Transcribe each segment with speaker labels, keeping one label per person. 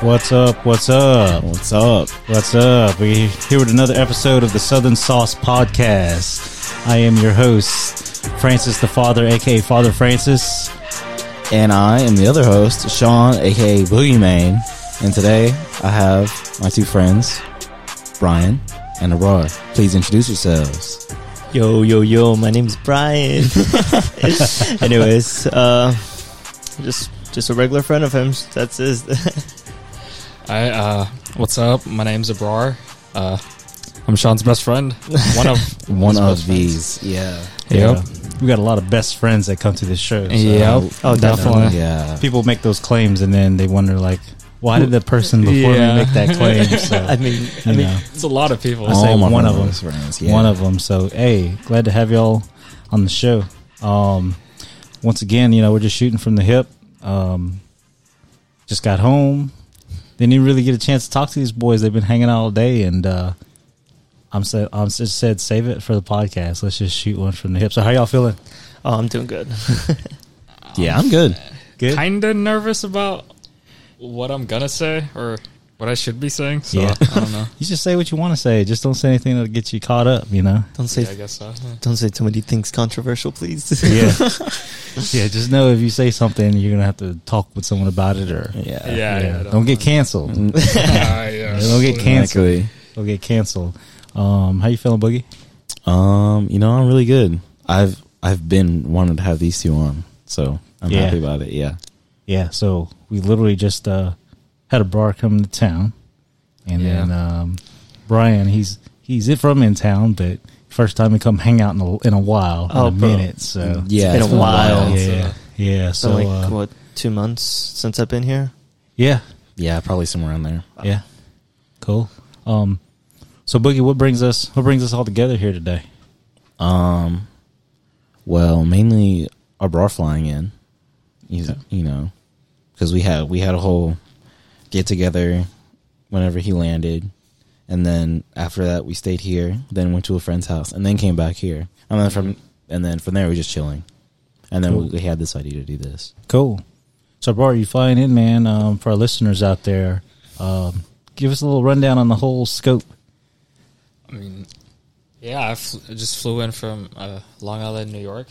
Speaker 1: What's up? What's up? What's up? What's up? We're here with another episode of the Southern Sauce Podcast. I am your host, Francis the Father, aka Father Francis.
Speaker 2: And I am the other host, Sean, aka Boogeyman. And today I have my two friends, Brian and Aurora. Please introduce yourselves.
Speaker 3: Yo, yo, yo, my name's Brian. Anyways, uh, just just a regular friend of him. That's his.
Speaker 4: I, uh, what's up? My name's Abrar. Uh, I'm Sean's best friend. One of
Speaker 2: One
Speaker 4: his
Speaker 2: of
Speaker 4: best friends.
Speaker 2: these. Yeah.
Speaker 4: Yep.
Speaker 1: We got a lot of best friends that come to this show. so
Speaker 4: Yep.
Speaker 3: Oh, definitely.
Speaker 2: Yeah.
Speaker 1: Um, People make those claims and then they wonder, like, why did the person before
Speaker 4: Yeah.
Speaker 1: me make that claim? So,
Speaker 3: I mean, I
Speaker 1: you
Speaker 3: mean,
Speaker 1: know,
Speaker 4: It's a lot of people.
Speaker 1: I say
Speaker 2: All my
Speaker 1: one of them.
Speaker 2: brother's Friends. Yeah.
Speaker 1: one of them. So, hey, glad to have y'all on the show. Um, once again, you know, we're just shooting from the hip. Um, just got home. Didn't even really get a chance to talk to these boys. They've been hanging out all day, and uh, I'm said I'm just said save it for the podcast. Let's just shoot one from the hip. So, how y'all feeling?
Speaker 3: oh, I'm doing good.
Speaker 2: Yeah, I'm good.
Speaker 1: Good.
Speaker 4: kind of nervous about what I'm gonna say or what I should be saying. So
Speaker 1: Yeah.
Speaker 4: I don't know.
Speaker 1: You just say what you want to say. Just don't say anything that'll get you caught up. You know.
Speaker 3: Don't
Speaker 4: Yeah, I
Speaker 3: say
Speaker 4: guess so.
Speaker 3: don't say too many things controversial, please.
Speaker 1: Yeah. yeah. Just know if you say something, you're gonna have to talk with someone about it, or
Speaker 2: Yeah.
Speaker 4: Yeah, yeah.
Speaker 1: don't, get canceled.
Speaker 4: Yeah, Ah, yeah.
Speaker 1: Don't get canceled.
Speaker 2: Exactly.
Speaker 1: They'll get canceled. Um, how you feeling, Boogie?
Speaker 2: Um, you know, I'm really good. I've I've been wanting to have these two on. So I'm
Speaker 1: Yeah.
Speaker 2: happy about it. Yeah.
Speaker 1: Yeah, so we literally just uh, had a bar come to town, and then um, Brian, he's he's it from in town, but first time he come hang out in a, in a while,
Speaker 3: Oh,
Speaker 1: in a
Speaker 3: bro.
Speaker 1: minute. So
Speaker 2: Yeah.
Speaker 3: been a while.
Speaker 1: yeah,
Speaker 4: so-
Speaker 1: yeah.
Speaker 3: so,
Speaker 1: so
Speaker 3: like
Speaker 1: uh,
Speaker 3: what two months since I've been here?
Speaker 1: yeah,
Speaker 2: Yeah, probably somewhere around there.
Speaker 1: yeah, cool. Um, so Boogie, what brings us what brings us all together here today?
Speaker 2: Um, well, mainly our bra flying in, you, you know, because we had we had a whole get together whenever he landed, and then after that we stayed here, then went to a friend's house, and then came back here, and then from and then from there we were just chilling, and then
Speaker 1: Cool.
Speaker 2: we had this idea to do this.
Speaker 1: Cool. So, Bart, you flying in, man? Um, for our listeners out there, um, give us a little rundown on the whole scope.
Speaker 4: I mean, yeah, I, fl- I just flew in from uh, Long Island, New York.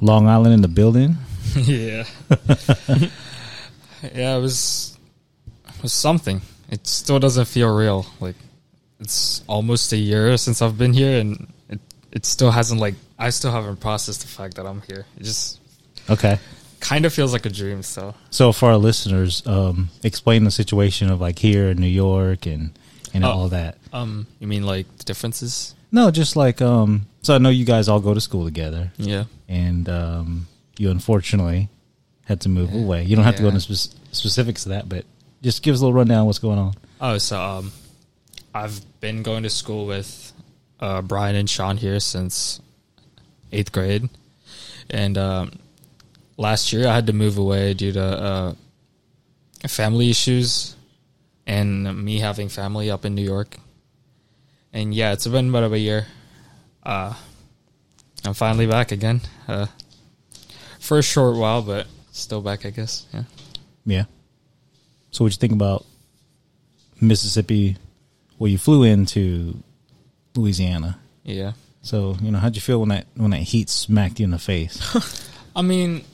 Speaker 1: Long Island in the building.
Speaker 4: yeah, yeah, it was it was something. It still doesn't feel real. Like it's almost a year since I've been here, and it it still hasn't like I still haven't processed the fact that I'm here. It just
Speaker 1: Okay.
Speaker 4: kind of feels like a dream. So
Speaker 1: So for our listeners, um, explain the situation of like here in New York and and
Speaker 4: Oh.
Speaker 1: all that.
Speaker 4: um, you mean like the differences?
Speaker 1: No, just like um, so I know you guys all go to school together,
Speaker 4: Yeah,
Speaker 1: and um, you unfortunately had to move away. You don't have to go
Speaker 4: Yeah.
Speaker 1: into spec- specifics of that, but just give us a little rundown of what's going on.
Speaker 4: Oh, so um, I've been going to school with uh, Brian and Sean here since eighth grade, and um, last year I had to move away due to uh, family issues and me having family up in New York. And yeah, it's been about a year. Uh, I'm finally back again. Uh, for a short while, but still back, I guess. Yeah.
Speaker 1: Yeah. So what you think about Mississippi? Well, you flew into Louisiana.
Speaker 4: Yeah.
Speaker 1: So you know how'd you feel when that when that heat smacked you in the face?
Speaker 4: I mean,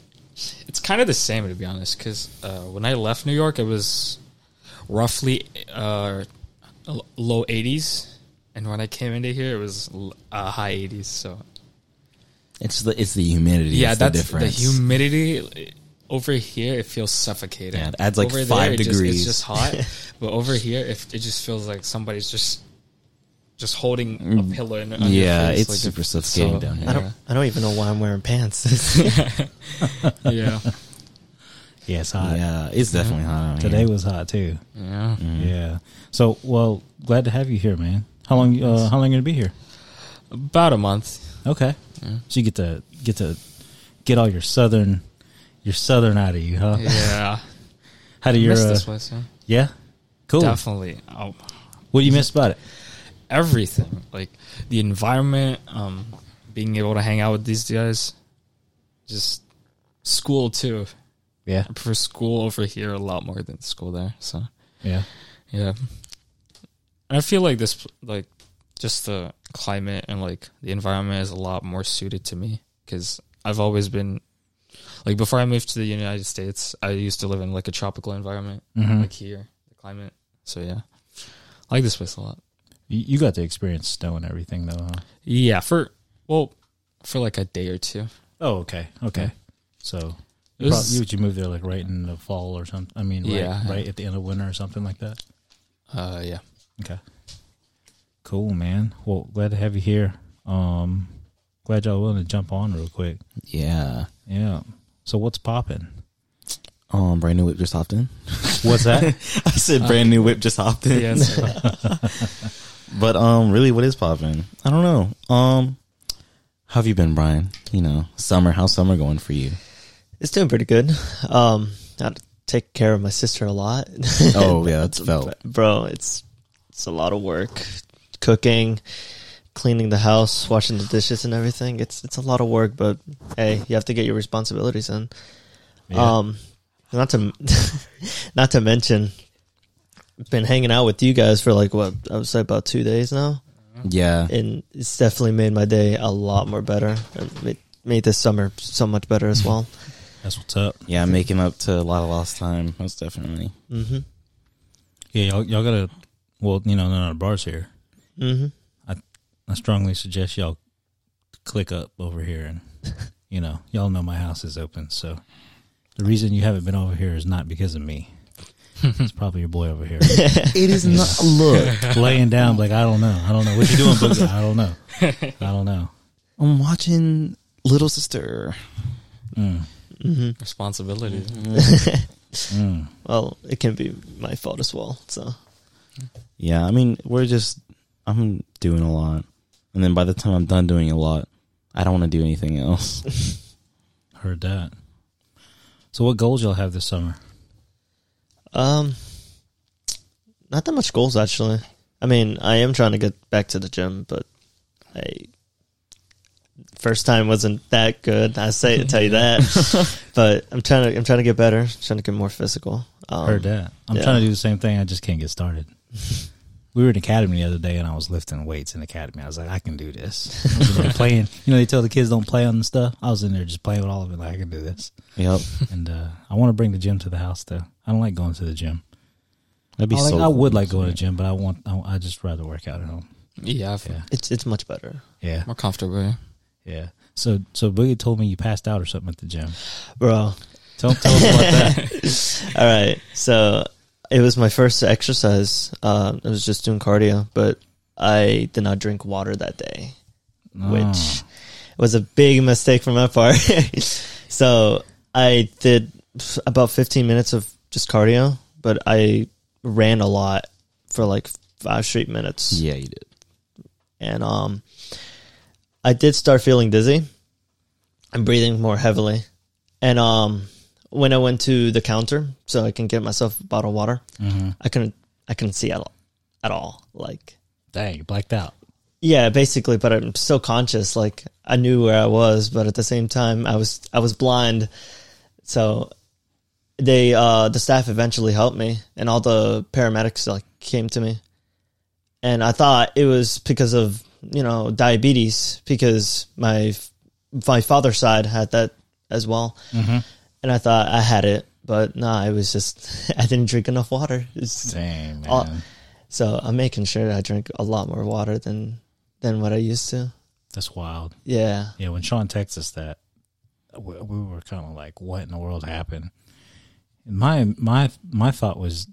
Speaker 4: it's kind of the same to be honest. Because uh, when I left New York, it was roughly uh, l- low 80s, and when I came into here, it was l- uh, high 80s. So
Speaker 2: It's the it's the humidity.
Speaker 4: yeah,
Speaker 2: it's
Speaker 4: that's
Speaker 2: the
Speaker 4: the,
Speaker 2: difference.
Speaker 4: humidity eh, over here. It feels suffocating.
Speaker 2: Yeah, it adds, like,
Speaker 4: over
Speaker 2: five
Speaker 4: it just-
Speaker 2: degrees.
Speaker 4: it's just hot, but over here, if it just feels like somebody's just just holding a pillow. In, on your
Speaker 2: Mm. yeah,
Speaker 4: face,
Speaker 2: it's
Speaker 4: like,
Speaker 2: super suffocating down here.
Speaker 3: I don't I don't even know why I'm wearing pants.
Speaker 4: Yeah,
Speaker 1: yeah, it's hot.
Speaker 2: yeah, it's definitely hot out
Speaker 1: Today
Speaker 2: here.
Speaker 1: was hot too.
Speaker 4: yeah.
Speaker 1: Yeah. So, well, glad to have you here, man. How long? Uh, how long you gonna be here?
Speaker 4: About a month.
Speaker 1: Okay. So you get to get to get all your southern your southern out of you, huh?
Speaker 4: Yeah.
Speaker 1: How do your
Speaker 4: miss
Speaker 1: uh,
Speaker 4: this place, man.
Speaker 1: yeah? Cool.
Speaker 4: Definitely. Um,
Speaker 1: What do you miss about it?
Speaker 4: everything. Like the environment, um, being able to hang out with these guys. Just school too.
Speaker 1: Yeah.
Speaker 4: I prefer school over here a lot more than school there. So
Speaker 1: Yeah.
Speaker 4: yeah, and I feel like this like just the climate and like the environment is a lot more suited to me because I've always been like before I moved to the United States, I used to live in like a tropical environment,
Speaker 1: Mhm.
Speaker 4: like here the climate. Hmm. So yeah, I like this place a lot.
Speaker 1: You, you got to experience snow and everything though. Huh?
Speaker 4: Yeah, for well, for like a day or two.
Speaker 1: Oh, okay. Okay. So
Speaker 4: It
Speaker 1: you, prob-
Speaker 4: was-
Speaker 1: you would you move there like right in the fall or something? I mean, right,
Speaker 4: Yeah.
Speaker 1: right at the end of winter or something like that.
Speaker 4: Uh, yeah.
Speaker 1: Okay. Cool, man. Well, glad to have you here. Um, glad y'all willing to jump on real quick.
Speaker 2: Yeah.
Speaker 1: Yeah. So what's popping?
Speaker 2: Um, brand new whip just hopped in. Uh,
Speaker 1: What's that?
Speaker 2: I said brand new whip just hopped in.
Speaker 4: Yeah, so-
Speaker 2: But um, really, what is popping? I don't know. Um, how have you been, Brian? You know, summer. How's summer going for you?
Speaker 3: It's doing pretty good. Um, I take care of my sister a lot.
Speaker 2: Oh yeah, that's felt.
Speaker 3: Bro, it's it's a lot of work. Cooking, cleaning the house, washing the dishes and everything. It's it's a lot of work, but hey, you have to get your responsibilities in.
Speaker 1: Yeah.
Speaker 3: Um not to not to mention been hanging out with you guys for like what I would say about 2 days now
Speaker 2: Yeah,
Speaker 3: and it's definitely made my day a lot more better. It made- made this summer so much better as well.
Speaker 1: That's what's up.
Speaker 2: yeah, making up to a lot of lost time. Most definitely.
Speaker 3: Mhm.
Speaker 1: Yeah, y'all, y'all gotta. Well, you know, none of the bars here.
Speaker 3: Mhm.
Speaker 1: I strongly suggest y'all click up over here, and you know, y'all know my house is open. So the reason you haven't been over here is not because of me. it's probably your boy over here
Speaker 2: It is not. Look,
Speaker 1: laying down, like I don't know, I don't know what you doing, Booga? I don't know, I don't know.
Speaker 2: I'm watching Little Sister.
Speaker 1: Mm,
Speaker 3: Mhm.
Speaker 4: responsibility.
Speaker 1: mm.
Speaker 3: Well, it can be my fault as well. So,
Speaker 2: Yeah, I mean, we're just. I'm doing a lot, and then by the time I'm done doing a lot, I don't want to do anything else.
Speaker 1: Heard that. So what goals y'all have this summer?
Speaker 3: um, not that much goals actually. I mean, I am trying to get back to the gym, but I first time wasn't that good. I say tell you that, but I'm trying to I'm trying to get better. Trying to get more physical. Um,
Speaker 1: Heard that. I'm
Speaker 3: yeah.
Speaker 1: trying to do the same thing. I just can't get started. we were in academy the other day, and I was lifting weights in academy. I was like, I can do this. I was in there playing. You know, they tell the kids don't play on the stuff. I was in there just playing with all of it. Like I can do this.
Speaker 2: yep,
Speaker 1: And uh, I want to bring the gym to the house though. I don't like going to the gym. I,
Speaker 2: that'd be
Speaker 1: like,
Speaker 2: so.
Speaker 1: I would
Speaker 2: cool.
Speaker 1: like going to the gym, but I want. I, I just rather work out at home.
Speaker 4: Yeah, I feel
Speaker 1: Yeah.
Speaker 3: It's it's much better,
Speaker 1: Yeah,
Speaker 4: more comfortable. Yeah.
Speaker 1: yeah. So, so Boogie told me you passed out or something at the gym.
Speaker 3: bro.
Speaker 1: Tell, tell us about that.
Speaker 3: All right. So it was my first exercise. Uh, I was just doing cardio, but I did not drink water that day, which was a big mistake from my part. so I did f- about 15 minutes of just cardio, but I ran a lot for like five straight minutes
Speaker 2: Yeah, you did.
Speaker 3: and um, I did start feeling dizzy and breathing more heavily. And um, when I went to the counter so I can get myself a bottle of water,
Speaker 1: Mm-hmm.
Speaker 3: I couldn't I couldn't see at all, at all. Like
Speaker 1: Dang, you blacked out.
Speaker 3: yeah, basically. But I'm still conscious. Like I knew where I was, but at the same time, I was I was blind. So they uh, the staff eventually helped me, and all the paramedics like came to me, and I thought it was because of you know diabetes because my my father's side had that as well,
Speaker 1: Mm-hmm.
Speaker 3: and I thought I had it, but nah, it was just I didn't drink enough water. It's-
Speaker 1: Dang, man.
Speaker 3: all- so I'm making sure that I drink a lot more water than than what I used to.
Speaker 1: That's wild.
Speaker 3: Yeah.
Speaker 1: Yeah, when Sean texts us that, we, we were kind of like, "What in the world happened?" And my my my thought was,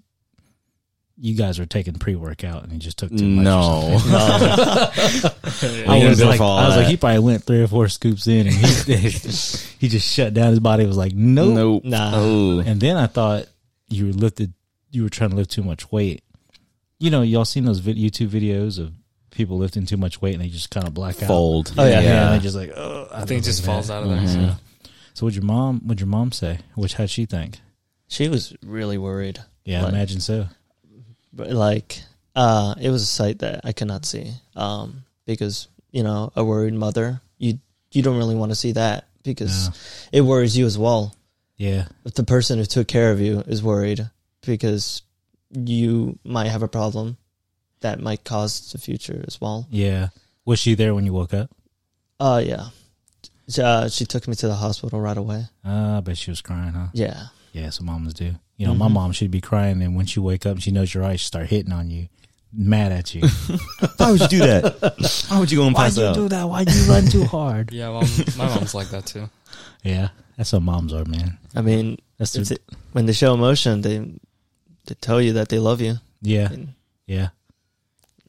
Speaker 1: you guys were taking pre workout and you just took too much. or
Speaker 2: No,
Speaker 1: something.
Speaker 2: I
Speaker 1: I was like,
Speaker 2: wouldn't go for all
Speaker 1: I was like,
Speaker 2: that.
Speaker 1: he probably went three or four scoops in, and he he just shut down. His body was like, nope.
Speaker 2: nope.
Speaker 3: Nah.
Speaker 2: Oh,
Speaker 1: And then I thought you were lifted, you were trying to lift too much weight. You know, y'all seen those vid- YouTube videos of people lifting too much weight and they just kind of black out.
Speaker 2: fold.
Speaker 3: Oh,
Speaker 1: yeah,
Speaker 3: yeah.
Speaker 2: yeah.
Speaker 1: and they just like, oh,
Speaker 4: I think it just falls out of there.
Speaker 2: Mhm.
Speaker 1: So would your mom? Would your mom say? Which how'd she think?
Speaker 3: She was really worried.
Speaker 1: Yeah, I
Speaker 3: Like-
Speaker 1: imagine so.
Speaker 3: But like uh it was a sight that I could not see. Um because, you know, a worried mother, you you don't really want to see that because it worries you as well.
Speaker 1: Yeah.
Speaker 3: if the person who took care of you is worried because you might have a problem that might cause the future as well.
Speaker 1: Yeah. Was she there when you woke up?
Speaker 3: Uh, yeah. So, Uh, she took me to the hospital right away.
Speaker 1: Uh, I bet she was crying, huh?
Speaker 3: Yeah.
Speaker 1: Yeah, so moms do. You know, my
Speaker 2: Mm-hmm.
Speaker 3: Mhm.
Speaker 1: mom should be crying, and when she wake up and she knows you're right, she start hitting on you, mad at you.
Speaker 2: Why would you do that? Why would you go and pass out?
Speaker 1: that? Why'd you run too hard?
Speaker 4: Yeah, well, my mom's like that too.
Speaker 1: Yeah, that's what moms are, man.
Speaker 3: I mean,
Speaker 1: That's
Speaker 3: it's
Speaker 1: the,
Speaker 3: it, when they show emotion, they they tell you that they love you.
Speaker 1: yeah,
Speaker 3: I mean,
Speaker 1: yeah,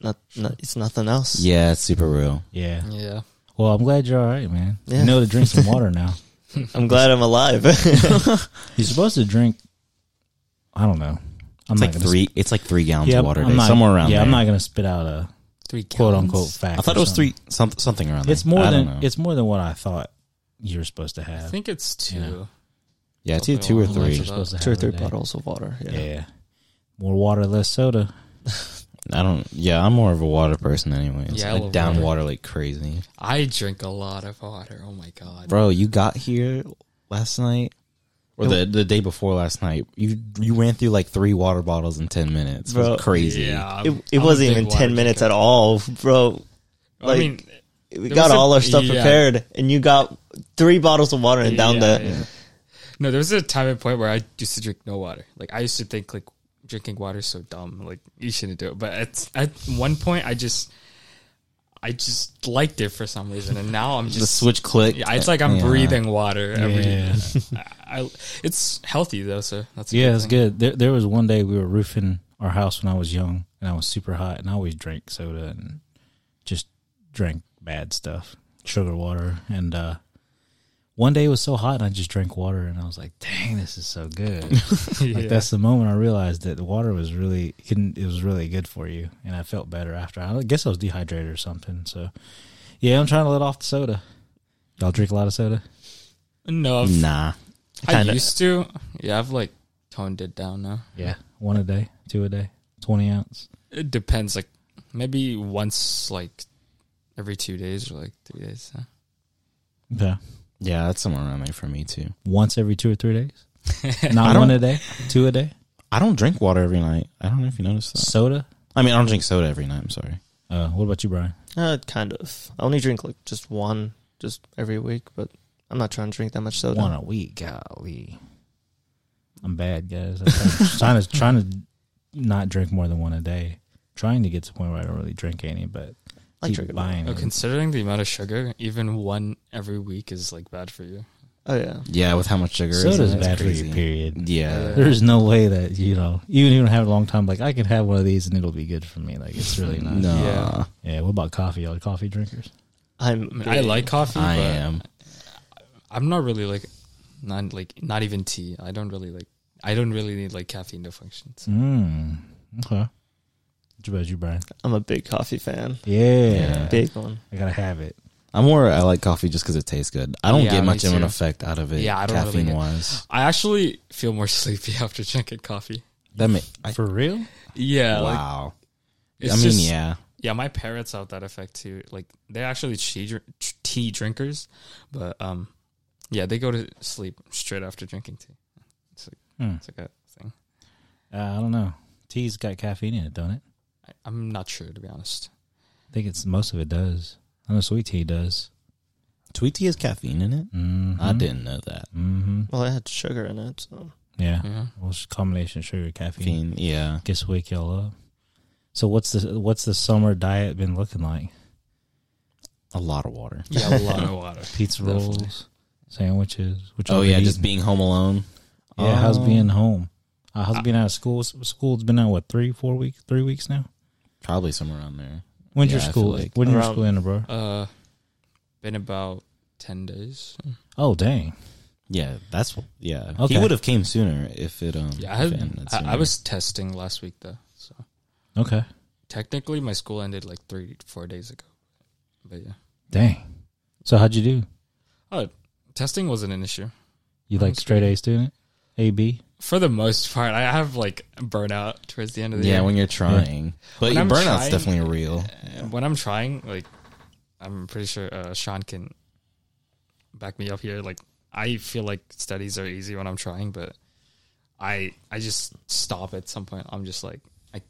Speaker 3: not, not it's nothing else.
Speaker 2: Yeah, it's super real.
Speaker 1: yeah.
Speaker 4: Yeah.
Speaker 1: Well, I'm glad you're all right, man.
Speaker 3: Yeah.
Speaker 1: You know to drink some water now.
Speaker 3: I'm glad I'm alive.
Speaker 1: You're supposed to drink. I don't know. I'm not
Speaker 2: It's like
Speaker 1: gonna
Speaker 2: three. It's like three
Speaker 1: Sp-
Speaker 2: gallons
Speaker 1: yeah,
Speaker 2: of water a
Speaker 1: I'm
Speaker 2: day,
Speaker 1: not-
Speaker 2: somewhere around.
Speaker 1: Yeah, I'm
Speaker 2: there.
Speaker 1: not gonna spit out a
Speaker 4: Three gallons.
Speaker 1: quote unquote fact.
Speaker 2: I thought
Speaker 1: or
Speaker 2: it was
Speaker 1: something.
Speaker 2: three. Some, something around.
Speaker 1: It's
Speaker 2: there.
Speaker 1: more
Speaker 2: I don't
Speaker 1: than
Speaker 2: know.
Speaker 1: it's more than what I thought you were supposed to
Speaker 4: I
Speaker 1: have.
Speaker 4: think it's two.
Speaker 1: Yeah.
Speaker 2: yeah, it's either two or
Speaker 1: How much
Speaker 2: three.
Speaker 1: you're supposed to
Speaker 3: Two or
Speaker 1: have a
Speaker 3: three
Speaker 1: day.
Speaker 3: bottles of water. Yeah.
Speaker 1: Yeah. more water, less soda.
Speaker 2: I don't. Yeah, I'm more of a water person anyway.
Speaker 4: Yeah, I
Speaker 2: I
Speaker 4: love
Speaker 2: down
Speaker 4: water.
Speaker 2: water. like crazy,
Speaker 4: I drink a lot of water. Oh my god.
Speaker 2: bro. You got here last night, or the the day before last night. You you ran through like three water bottles in ten minutes. It was
Speaker 3: Bro.
Speaker 2: crazy.
Speaker 4: Yeah.
Speaker 3: It, it wasn't even 10 minutes at all, bro.
Speaker 4: all. I
Speaker 3: like,
Speaker 4: mean,
Speaker 3: We
Speaker 4: There
Speaker 3: got
Speaker 4: was a-
Speaker 3: all our stuff
Speaker 4: yeah.
Speaker 3: prepared, and you got three bottles of water and down
Speaker 4: yeah,
Speaker 3: the.
Speaker 4: yeah. No, there was a time and point where I used to drink no water. Like I used to think like drinking water is so dumb. Like you shouldn't do it. But at at one point, I just I just liked it for some reason, and now I'm
Speaker 2: The
Speaker 4: just
Speaker 2: switch clicked.
Speaker 4: Yeah, it's like I'm
Speaker 2: Yeah.
Speaker 4: breathing water every.
Speaker 1: Yeah.
Speaker 4: I, I- it's healthy though, so that's a
Speaker 1: Yeah, it's
Speaker 4: thing.
Speaker 1: good. There, there was one day we were roofing our house when I was young, and I was super hot, and I always drank soda and just drank bad stuff, sugar water, and uh, one day it was so hot, and I just drank water, and I was like, "Dang, this is so good!"
Speaker 4: Yeah.
Speaker 1: Like that's the moment I realized that the water was really it can- it was really good for you, and I felt better after. I guess I was dehydrated or something. So, yeah, I'm trying to let off the soda. Y'all drink a lot of soda.
Speaker 4: no, I've-
Speaker 2: Nah,
Speaker 4: I
Speaker 3: kinda-
Speaker 4: used to. Yeah, I've like toned it down now.
Speaker 1: Yeah, one a day, two a day, twenty ounce.
Speaker 4: It depends. Like maybe once, like every two days or like three days. huh?
Speaker 1: Yeah.
Speaker 2: yeah, that's somewhere around there for me too.
Speaker 1: once every two or three days.
Speaker 2: I
Speaker 1: Not
Speaker 2: don't-
Speaker 1: one a day, two a day.
Speaker 2: I don't drink water every night. I don't know if you noticed that.
Speaker 1: Soda.
Speaker 2: I mean, I don't drink soda every night. I'm sorry.
Speaker 1: Uh, what about you, Brian?
Speaker 3: Uh, kind of. I only drink like just one, just every week, but I'm not trying to drink that much soda.
Speaker 1: One a week. Golly, I'm bad, guys. I'm trying to trying to not drink more than one a day. Trying to get to the point where I don't really drink any, but
Speaker 3: I
Speaker 1: keep
Speaker 3: drink it.
Speaker 1: buying.
Speaker 4: Oh,
Speaker 1: them.
Speaker 4: considering the amount of sugar, even one every week is like bad for you.
Speaker 3: Oh yeah,
Speaker 2: Yeah, with how much sugar is in
Speaker 1: Soda's
Speaker 2: it, it's
Speaker 1: bad for
Speaker 2: crazy.
Speaker 1: you. Period.
Speaker 2: Yeah,
Speaker 1: There's no way that you know, even if you don't have it a long time. Like I can have one of these and it'll be good for me. Like it's really not.
Speaker 2: no,
Speaker 4: Yeah.
Speaker 1: Yeah. What about coffee? Y'all coffee drinkers?
Speaker 3: I'm.
Speaker 4: I, mean, I like coffee.
Speaker 2: I
Speaker 4: but
Speaker 2: am.
Speaker 4: I'm not really like not like not even tea. I don't really like. I don't really need like caffeine to function. So.
Speaker 1: Mm. Okay. What about you, Brian?
Speaker 3: I'm a big coffee fan.
Speaker 1: Yeah.
Speaker 3: Big one.
Speaker 1: I gotta have it.
Speaker 2: I'm more. I like coffee just because it tastes good. I don't
Speaker 4: Yeah,
Speaker 2: get
Speaker 4: me
Speaker 2: much of an
Speaker 4: too.
Speaker 2: effect out of it.
Speaker 4: Yeah, I don't really
Speaker 2: caffeine
Speaker 4: get-
Speaker 2: wise.
Speaker 4: I actually feel more sleepy after drinking coffee.
Speaker 2: That may, I,
Speaker 1: For real?
Speaker 4: Yeah, like
Speaker 2: wow.
Speaker 4: it's
Speaker 2: I mean,
Speaker 4: just, yeah,
Speaker 2: yeah,
Speaker 4: My parents have that effect too. Like they're actually tea, dr- tea drinkers, but um, yeah, they go to sleep straight after drinking tea. It's like
Speaker 1: Hmm.
Speaker 4: it's like a thing.
Speaker 1: Uh, I don't know. Tea's got caffeine in it, don't it?
Speaker 4: I, I'm not sure to be honest.
Speaker 1: I think it's most of it does. I know sweet tea does.
Speaker 2: sweet tea has caffeine in it.
Speaker 1: Mm-hmm.
Speaker 2: I didn't know that.
Speaker 1: Mm-hmm.
Speaker 3: Well, it had sugar in it, so
Speaker 1: Yeah.
Speaker 4: Yeah.
Speaker 1: Well, it's a combination of sugar, caffeine.
Speaker 2: Caffeine, yeah.
Speaker 1: Guess wake y'all up. So what's the what's the summer diet been looking like?
Speaker 2: A lot of water.
Speaker 4: Yeah, a lot of water.
Speaker 1: Pizza
Speaker 4: Definitely.
Speaker 1: rolls, sandwiches. Which
Speaker 2: Oh
Speaker 1: y'all
Speaker 2: yeah,
Speaker 1: been
Speaker 2: just
Speaker 1: eating?
Speaker 2: being home alone.
Speaker 1: yeah. How's
Speaker 2: Um,
Speaker 1: being home? Uh, how's being out of school? S- School's been out what three, four weeks, three weeks now.
Speaker 2: Probably somewhere around there.
Speaker 1: When's
Speaker 2: Yeah,
Speaker 1: your
Speaker 2: I
Speaker 1: school?
Speaker 2: feel like
Speaker 1: When's your
Speaker 3: around-
Speaker 1: school in, bro?
Speaker 4: Uh, been about ten days.
Speaker 2: Hmm.
Speaker 1: Oh dang!
Speaker 2: Yeah, that's yeah.
Speaker 1: Okay.
Speaker 2: He would have came sooner if it um.
Speaker 4: Yeah, I,
Speaker 2: if it
Speaker 4: had,
Speaker 2: ended
Speaker 4: I, I
Speaker 2: sooner.
Speaker 4: was testing last week though, so
Speaker 1: Okay,
Speaker 4: technically my school ended like three, four days ago. But yeah,
Speaker 1: dang. So how'd you do?
Speaker 4: testing wasn't an issue.
Speaker 1: You like
Speaker 4: That's
Speaker 1: straight A student? A B?
Speaker 4: for the most part, I have like burnout towards the end of the
Speaker 2: Yeah,
Speaker 4: year.
Speaker 2: when you're trying, but
Speaker 4: When
Speaker 2: your
Speaker 4: I'm
Speaker 2: burnout's
Speaker 4: trying-
Speaker 2: definitely real.
Speaker 4: And when I'm trying, like, I'm pretty sure uh, Sean can back me up here. Like, I feel like studies are easy when I'm trying, but I I just stop at some point. I'm just like I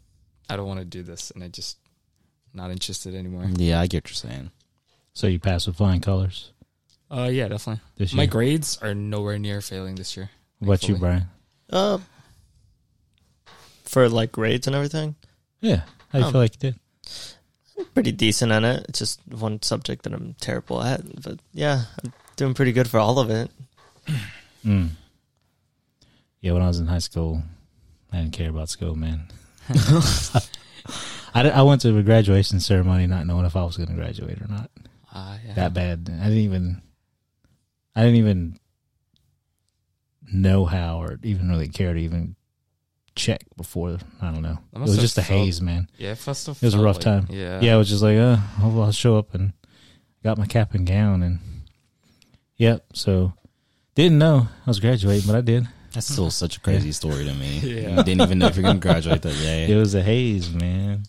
Speaker 4: I don't want to do this, and I just not interested anymore.
Speaker 2: Yeah, I get what you're saying.
Speaker 1: So you passed with flying colors.
Speaker 4: Uh, yeah, definitely.
Speaker 1: This
Speaker 4: My
Speaker 1: year.
Speaker 4: grades are nowhere near failing this year.
Speaker 1: What about you,
Speaker 4: thankfully.
Speaker 1: Brian?
Speaker 3: Uh, for like grades and everything,
Speaker 1: Yeah. How do you
Speaker 3: Um,
Speaker 1: feel like you did?
Speaker 3: pretty decent on it. It's just one subject that I'm terrible at, but yeah, I'm doing pretty good for all of it.
Speaker 1: Mm. Yeah, when I was in high school, I didn't care about school, man. I, di- I went to a graduation ceremony not knowing if I was going to graduate or not.
Speaker 4: Ah, yeah.
Speaker 1: That bad. I didn't even. I didn't even know how or even really care to even check before. I don't know. It
Speaker 4: must
Speaker 1: was
Speaker 4: have
Speaker 1: just a
Speaker 4: felt-
Speaker 1: haze, man.
Speaker 4: yeah, first of
Speaker 1: It was a
Speaker 4: all,
Speaker 1: rough
Speaker 4: like-
Speaker 1: time.
Speaker 4: Yeah,
Speaker 1: yeah, I was just like, uh, I'll, I'll show up and got my cap and gown and yep. So didn't know I was graduating, but I did.
Speaker 2: That's still such a crazy story to me.
Speaker 4: Yeah.
Speaker 2: You didn't even know if you're gonna graduate that day.
Speaker 1: It was a haze, man.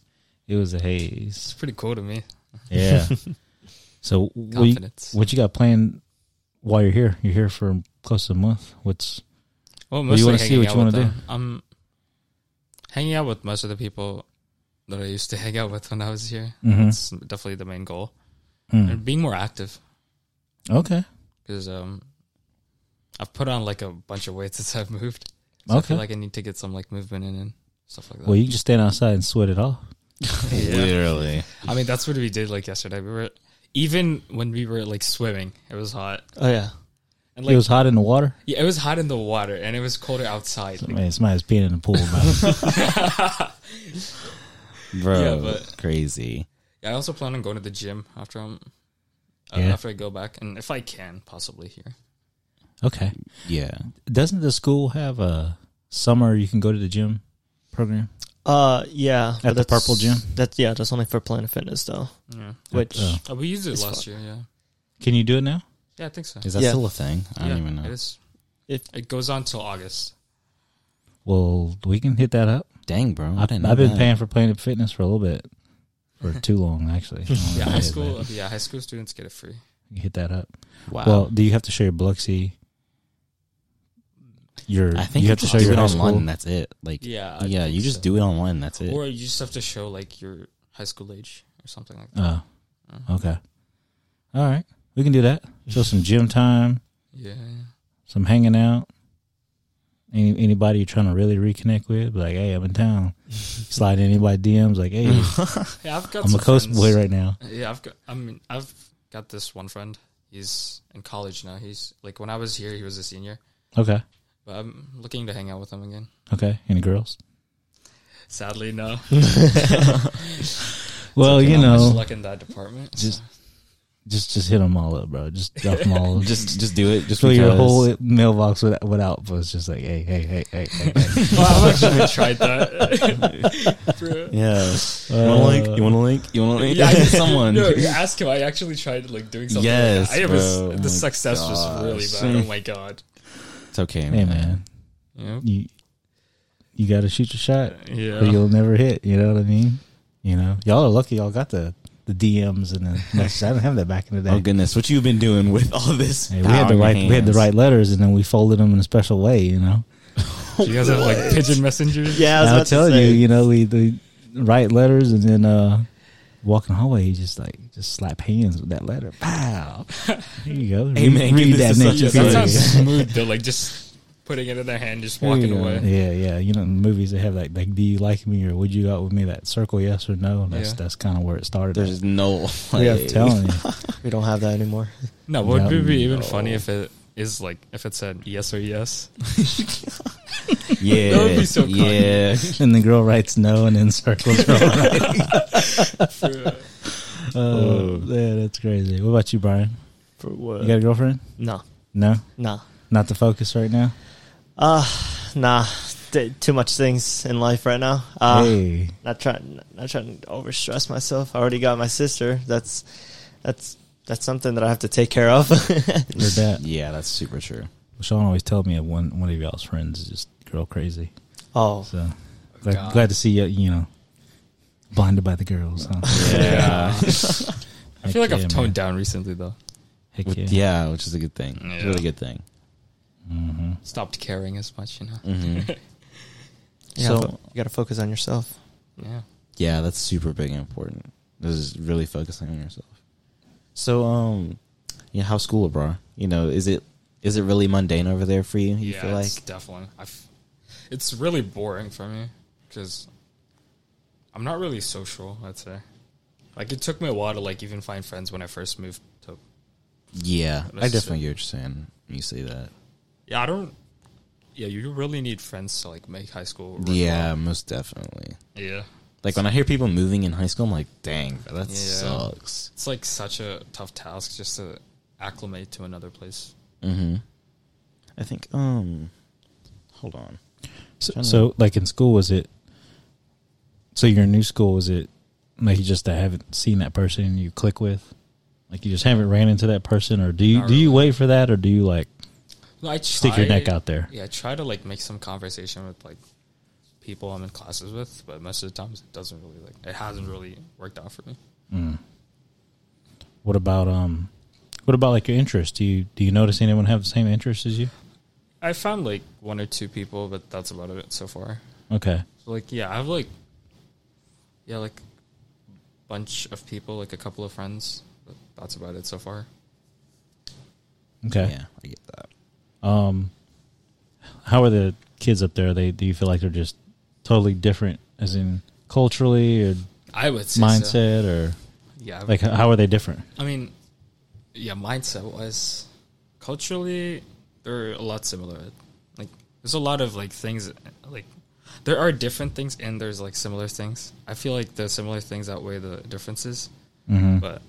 Speaker 1: It was a
Speaker 4: It's
Speaker 1: haze.
Speaker 4: pretty cool to me.
Speaker 1: Yeah. so what you,
Speaker 4: Confidence.
Speaker 1: what you got planned while you're here? You're here for close to a month. What's
Speaker 4: Well,
Speaker 1: Well, you
Speaker 4: mostly
Speaker 1: wanna see
Speaker 4: hanging
Speaker 1: what
Speaker 4: out
Speaker 1: you wanna
Speaker 4: with
Speaker 1: do?
Speaker 4: them. I'm hanging out with most of the people that I used to hang out with when I was here.
Speaker 1: Mhm.
Speaker 4: That's definitely the main goal.
Speaker 1: Hmm.
Speaker 4: And being more active
Speaker 1: okay?
Speaker 4: because um, I've put on like a bunch of weight since I've moved. So I
Speaker 1: Okay.
Speaker 4: feel like uh, I need to get some like movement in and stuff like that.
Speaker 1: Well, you can just stand outside and sweat it off.
Speaker 2: Literally.
Speaker 4: I mean, that's what we did like yesterday. We were even when we were like swimming, it was hot.
Speaker 3: Oh yeah,
Speaker 4: And like
Speaker 1: it was hot in the water.
Speaker 4: yeah, it was hot in the water and it was colder outside. Like,
Speaker 1: Man, somebody's peeing in the pool. man.
Speaker 2: Bro,
Speaker 4: Yeah, but-
Speaker 2: crazy.
Speaker 4: I also plan on going to the gym after I'm uh,
Speaker 1: Yeah.
Speaker 4: after I go back and if I can possibly here.
Speaker 1: okay.
Speaker 2: Yeah.
Speaker 1: Doesn't the school have a summer you can go to the gym program?
Speaker 3: uh, yeah. but
Speaker 1: At the
Speaker 3: that's-
Speaker 1: Purple Gym?
Speaker 3: That's yeah. That's only for Planet Fitness though.
Speaker 4: Yeah.
Speaker 3: Which
Speaker 1: Oh.
Speaker 4: Oh, we used it
Speaker 3: It's
Speaker 4: last year, yeah.
Speaker 1: Can you do it now?
Speaker 4: Yeah, I think so.
Speaker 2: Is that
Speaker 3: Yeah.
Speaker 2: still a thing? I don't
Speaker 4: Yeah,
Speaker 2: even
Speaker 4: It
Speaker 2: know.
Speaker 4: is. It,
Speaker 3: If-
Speaker 4: goes on till August.
Speaker 1: Well, we can hit that up.
Speaker 2: Dang, bro. I
Speaker 1: I've,
Speaker 2: didn't know
Speaker 1: I've been
Speaker 2: that.
Speaker 1: paying for Planet Fitness for a little bit, for too long actually.
Speaker 4: Yeah, high school. Yeah, high school students get it free.
Speaker 1: Hit that up.
Speaker 2: Wow.
Speaker 1: Well, do you have to show your Biloxi? Your
Speaker 2: I think
Speaker 1: you have to
Speaker 2: just
Speaker 1: show
Speaker 2: do
Speaker 1: your
Speaker 2: it
Speaker 1: high
Speaker 2: online
Speaker 1: school.
Speaker 2: and that's it. Like
Speaker 4: Yeah, I
Speaker 2: yeah,
Speaker 4: think
Speaker 2: you just
Speaker 4: so.
Speaker 2: do it online and that's it.
Speaker 4: Or you just have to show like your high school age or something like that.
Speaker 1: Oh, okay. All right, we can do that. Show some gym time,
Speaker 4: Yeah.
Speaker 1: some hanging out. Any anybody you're trying to really reconnect with, be like, hey, I'm in town. Slide anybody DMs like, hey,
Speaker 4: Yeah, I've got
Speaker 1: I'm a
Speaker 4: some
Speaker 1: coast
Speaker 4: friends-
Speaker 1: boy right now.
Speaker 4: Yeah, I've got. I mean, I've got this one friend. He's in college now. He's like when I was here, he was a senior.
Speaker 1: Okay,
Speaker 4: But I'm looking to hang out with him again.
Speaker 1: okay. Any girls?
Speaker 4: Sadly, no.
Speaker 1: Well, you
Speaker 4: I'm just
Speaker 1: know,
Speaker 4: luck in that department. so.
Speaker 1: just just just hit them all up, bro. Just drop them all. up.
Speaker 2: just just do it. Just
Speaker 1: fill your
Speaker 2: because.
Speaker 1: whole mailbox without without but it's just like hey hey hey hey, hey, hey.
Speaker 4: well, I've actually tried that. Bro.
Speaker 2: Yeah. you want a link? You want a link? You want a link?
Speaker 4: Yeah, I did-
Speaker 2: someone.
Speaker 4: No, you ask him. I actually tried like doing something.
Speaker 2: Yes,
Speaker 4: like that. I was
Speaker 2: bro.
Speaker 4: the
Speaker 2: Oh
Speaker 4: success
Speaker 2: gosh.
Speaker 4: was really bad. Oh my god.
Speaker 2: It's okay,
Speaker 1: hey man
Speaker 4: Yeah.
Speaker 1: you you gotta shoot your shot or
Speaker 4: Yeah.
Speaker 1: you'll never hit you know what i mean you know y'all are lucky y'all got the the dms and the messages i didn't have that back in the day
Speaker 2: Oh goodness, what you've been doing with all this?
Speaker 1: Hey, we had the right we had the right letters and then we folded them in a special way you know
Speaker 4: Do you guys have like pigeon messengers?
Speaker 3: yeah, I
Speaker 1: And
Speaker 3: was about
Speaker 1: i'll
Speaker 3: to
Speaker 1: tell you
Speaker 3: say,
Speaker 1: you know we the right letters and then uh walking the hallway you just like just slap hands with that letter pow there you go
Speaker 2: Hey, man, give this to such
Speaker 4: Yeah, that
Speaker 2: and such.
Speaker 1: period.
Speaker 4: sounds smooth. They're like just putting it in their hand, just walking
Speaker 1: yeah.
Speaker 4: away.
Speaker 1: Yeah, yeah. You know, in movies they have like, like, do you like me or would you go out with me? That circle, yes or no. And that's
Speaker 4: Yeah.
Speaker 1: that's kind of where it started.
Speaker 2: There's no.
Speaker 3: We have
Speaker 1: I'm
Speaker 3: to-
Speaker 1: telling you.
Speaker 3: we don't have that anymore.
Speaker 4: No, what would
Speaker 1: No.
Speaker 4: be even funny if it is like if it said yes or yes?
Speaker 2: yeah,
Speaker 4: That would be so cocky.
Speaker 2: yeah.
Speaker 1: and the girl writes no, and then circles.
Speaker 3: Oh.
Speaker 1: are all right. Uh, yeah, that's crazy. What about you, Brian?
Speaker 3: For what?
Speaker 1: You got a girlfriend?
Speaker 3: no,
Speaker 1: No,
Speaker 3: no,
Speaker 1: not the focus right now.
Speaker 3: uh, nah. T- too much things in life right now. Uh,
Speaker 1: hey,
Speaker 3: not trying not trying to overstress myself. I already got my sister. That's that's that's something that I have to take care of.
Speaker 1: heard that.
Speaker 2: Yeah, that's super true.
Speaker 1: Sean always tells me that one one of y'all's friends is just girl crazy.
Speaker 3: oh,
Speaker 1: So glad,
Speaker 4: God.
Speaker 1: glad to see you. You know, blinded by the girls. Huh?
Speaker 2: Yeah.
Speaker 4: I feel like
Speaker 1: yeah,
Speaker 4: I've
Speaker 1: man.
Speaker 4: toned down recently though.
Speaker 1: Heck
Speaker 2: Which-
Speaker 1: yeah.
Speaker 2: yeah. which is a good thing. It's a really
Speaker 4: Yeah.
Speaker 2: good thing.
Speaker 1: Mm-hmm.
Speaker 4: Stopped caring as much, you know.
Speaker 3: Yeah,
Speaker 2: So-
Speaker 3: but you got to focus on yourself.
Speaker 4: Yeah.
Speaker 2: Yeah, that's super big and important. This is really focusing on yourself. So, um, yeah, how's school, bro? You know, is it is it really mundane over there for you? You
Speaker 4: yeah,
Speaker 2: feel like
Speaker 4: it's definitely. I f- it's really boring for me because I'm not really social. I'd say, like, it took me a while to like even find friends when I first moved to.
Speaker 2: yeah, I
Speaker 4: That's-
Speaker 2: definitely hear what you're saying. when You say that,
Speaker 4: Yeah, I don't. Yeah, you really need friends to like make high school. work
Speaker 2: yeah, most definitely.
Speaker 4: well. yeah.
Speaker 2: Like when I hear people moving in high school, I'm like, dang, bro, that
Speaker 4: Yeah.
Speaker 2: sucks.
Speaker 4: It's like such a tough task just to acclimate to another place.
Speaker 2: Mm-hmm. I think. Um, hold on.
Speaker 1: So,
Speaker 2: Tryna-
Speaker 1: so, like in school, was it? So your new school was it? Like you just haven't seen that person and you click with, like you just haven't ran into that person, or do you
Speaker 4: Not
Speaker 1: do you
Speaker 4: really.
Speaker 1: wait for that, or do you like
Speaker 4: No, I try,
Speaker 1: stick your neck out there?
Speaker 4: Yeah, I try to like make some conversation with like people I'm in classes with, but most of the times it doesn't really like it hasn't really worked out for me.
Speaker 1: What about um, what about like your interests? Do you do you notice anyone have the same interests as you?
Speaker 4: I found like one or two people, but that's about it so far.
Speaker 1: Okay,
Speaker 4: So, like yeah, I have like yeah, like bunch of people, like a couple of friends, but that's about it so far.
Speaker 1: okay.
Speaker 2: Yeah, I get that.
Speaker 1: Um, how are the kids up there? Are they do you feel like they're just totally different, as in culturally or
Speaker 4: I would say so.
Speaker 1: mindset, or
Speaker 4: Yeah, I
Speaker 1: like h- how are they different?
Speaker 4: I mean, yeah, mindset wise, culturally, they're a lot similar. Like, there's a lot of like things, like, there are different things and there's like similar things. I feel like the similar things outweigh the differences,
Speaker 1: Mm-hmm.
Speaker 4: but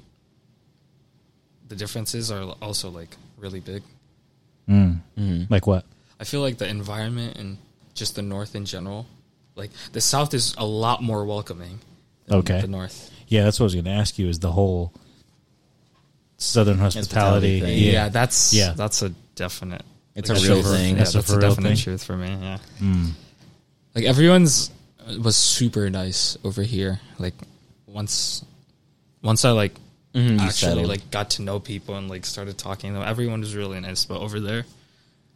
Speaker 4: the differences are also like really big.
Speaker 1: Mm.
Speaker 2: Mm-hmm.
Speaker 1: Like what?
Speaker 4: I feel like the environment and just the North in general, like, the South is a lot more welcoming than
Speaker 1: Okay.
Speaker 4: the North.
Speaker 1: Yeah, that's what I was going to ask you. Is the whole Southern hospitality?
Speaker 2: Hospitality thing.
Speaker 4: Yeah,
Speaker 1: yeah.
Speaker 4: that's
Speaker 1: Yeah.
Speaker 4: yeah, that's a definite.
Speaker 2: It's
Speaker 4: like,
Speaker 2: a real
Speaker 4: for-
Speaker 2: thing.
Speaker 4: Yeah,
Speaker 1: That's
Speaker 4: that's,
Speaker 1: a for
Speaker 4: a
Speaker 1: real
Speaker 4: definite
Speaker 1: thing. Hmm.
Speaker 4: truth for me. Yeah, like everyone's uh, was super nice over here. Like once, once I like
Speaker 1: Mm-hmm.
Speaker 2: Mhm, you
Speaker 4: actually
Speaker 2: settled.
Speaker 4: like got to know people and like started talking to them. Everyone was really nice, but over there,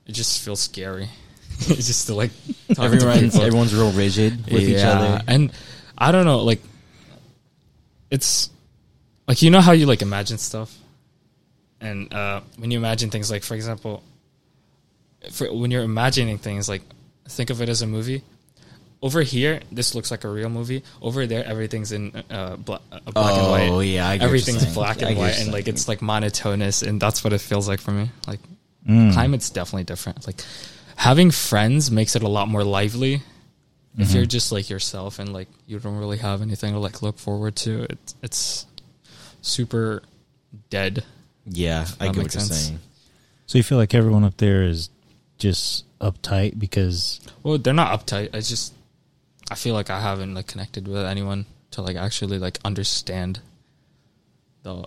Speaker 4: it just feels scary. it's just to like talk to
Speaker 2: Everyone's
Speaker 4: people
Speaker 2: everyone's real rigid with each other.
Speaker 4: and I don't know, like it's like you know how you like imagine stuff, and uh, when you imagine things, like for example, for, when you're imagining things, like think of it as a movie. Over here, this looks like a real movie. Over there, everything's in uh, bla- uh, black
Speaker 2: Oh,
Speaker 4: and white.
Speaker 2: yeah, I get what you're
Speaker 4: everything's
Speaker 2: saying.
Speaker 4: black
Speaker 2: I get
Speaker 4: and
Speaker 2: what
Speaker 4: white,
Speaker 2: you're
Speaker 4: and like
Speaker 2: saying.
Speaker 4: it's like monotonous, and that's what it feels like for me. Like
Speaker 1: Hmm. Mm.
Speaker 4: climate's definitely different. Like having friends makes it a lot more lively. If you're just like yourself and like you don't really have anything to like look forward to, it's it's super dead.
Speaker 2: Yeah, I
Speaker 4: That
Speaker 2: get what
Speaker 4: makes
Speaker 2: you're
Speaker 4: sense.
Speaker 2: saying.
Speaker 1: So you feel like everyone up there is just uptight because
Speaker 4: Well, they're not uptight. I just I feel like I haven't like connected with anyone to like actually like understand the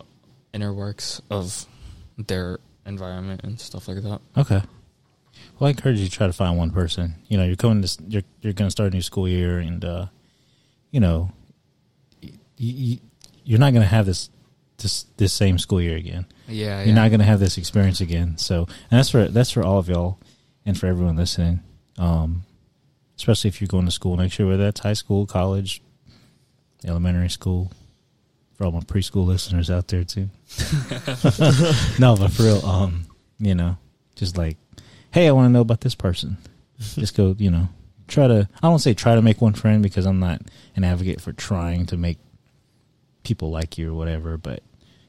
Speaker 4: inner works of their environment and stuff like that.
Speaker 1: okay. Well, I encourage you to try to find one person. You know, you're coming to s- you're you're going to start a new school year, and uh, you know, you, you're not going to have this this this same school year again.
Speaker 4: Yeah,
Speaker 1: you're not going to have this experience again. So, and that's for that's for all of y'all, and for everyone listening. Um, especially if you're going to school next year, whether that's high school, college, elementary school. For all my preschool listeners out there too. no, but for real, um, you know, just like, hey, I want to know about this person.
Speaker 4: Mm-hmm.
Speaker 1: Just go, you know, try to. I don't say try to make one friend because I'm not an advocate for trying to make people like you or whatever. But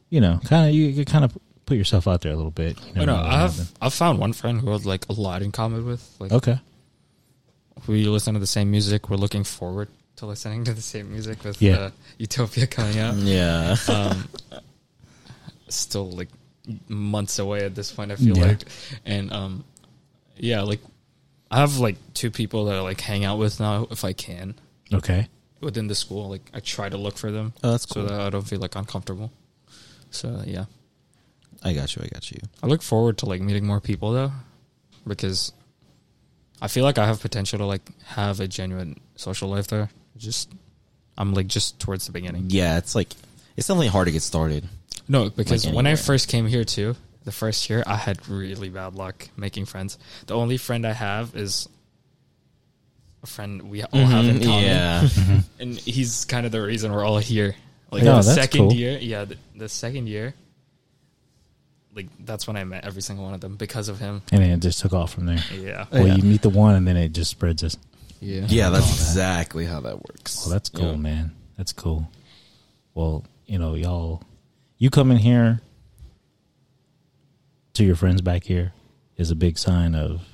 Speaker 1: you know, kind of you, you kind of put yourself out there a little bit. You
Speaker 4: I
Speaker 1: never
Speaker 4: know.
Speaker 1: know what
Speaker 4: Oh, I've
Speaker 1: happens.
Speaker 4: I've found one friend who I have like a lot in common with. Like
Speaker 1: okay.
Speaker 4: we listen to the same music. We're looking forward to listening to the same music with
Speaker 1: Yeah.
Speaker 4: uh, Utopia coming out.
Speaker 2: Yeah.
Speaker 4: um, still like months away at this point. I feel
Speaker 1: Yeah.
Speaker 4: like, and um, yeah, like I have like two people that I like hang out with now if I can
Speaker 1: Okay.
Speaker 4: within the school. Like I try to look for them
Speaker 2: Oh, that's
Speaker 4: so that I don't feel like uncomfortable. So yeah.
Speaker 2: I got you. I got you.
Speaker 4: I look forward to like meeting more people though, because I feel like I have potential to like have a genuine social life there. Just I'm like just towards the beginning.
Speaker 2: Yeah, it's like it's definitely hard to get started.
Speaker 4: No, because when I
Speaker 2: anywhere.
Speaker 4: first came here too, the first year, I had really bad luck making friends. The only friend I have is a friend we all have in Mm-hmm. common,
Speaker 2: Um, Mm-hmm.
Speaker 4: Mm-hmm.
Speaker 2: yeah.
Speaker 4: and he's kind of the reason we're all here. Like
Speaker 1: Yeah,
Speaker 4: the
Speaker 1: that's
Speaker 4: second
Speaker 1: cool.
Speaker 4: year, yeah, the, the second year, like that's when I met every single one of them because of him.
Speaker 1: and then it just took off from there.
Speaker 4: Oh, Yeah,
Speaker 1: Well, you meet the one, and then it just spreads us.
Speaker 4: yeah,
Speaker 2: yeah, that's exactly how that works.
Speaker 1: Well, Oh, that's cool,
Speaker 2: Yeah.
Speaker 1: man. That's cool. Well, you know, y'all, you coming here to your friends back here is a big sign of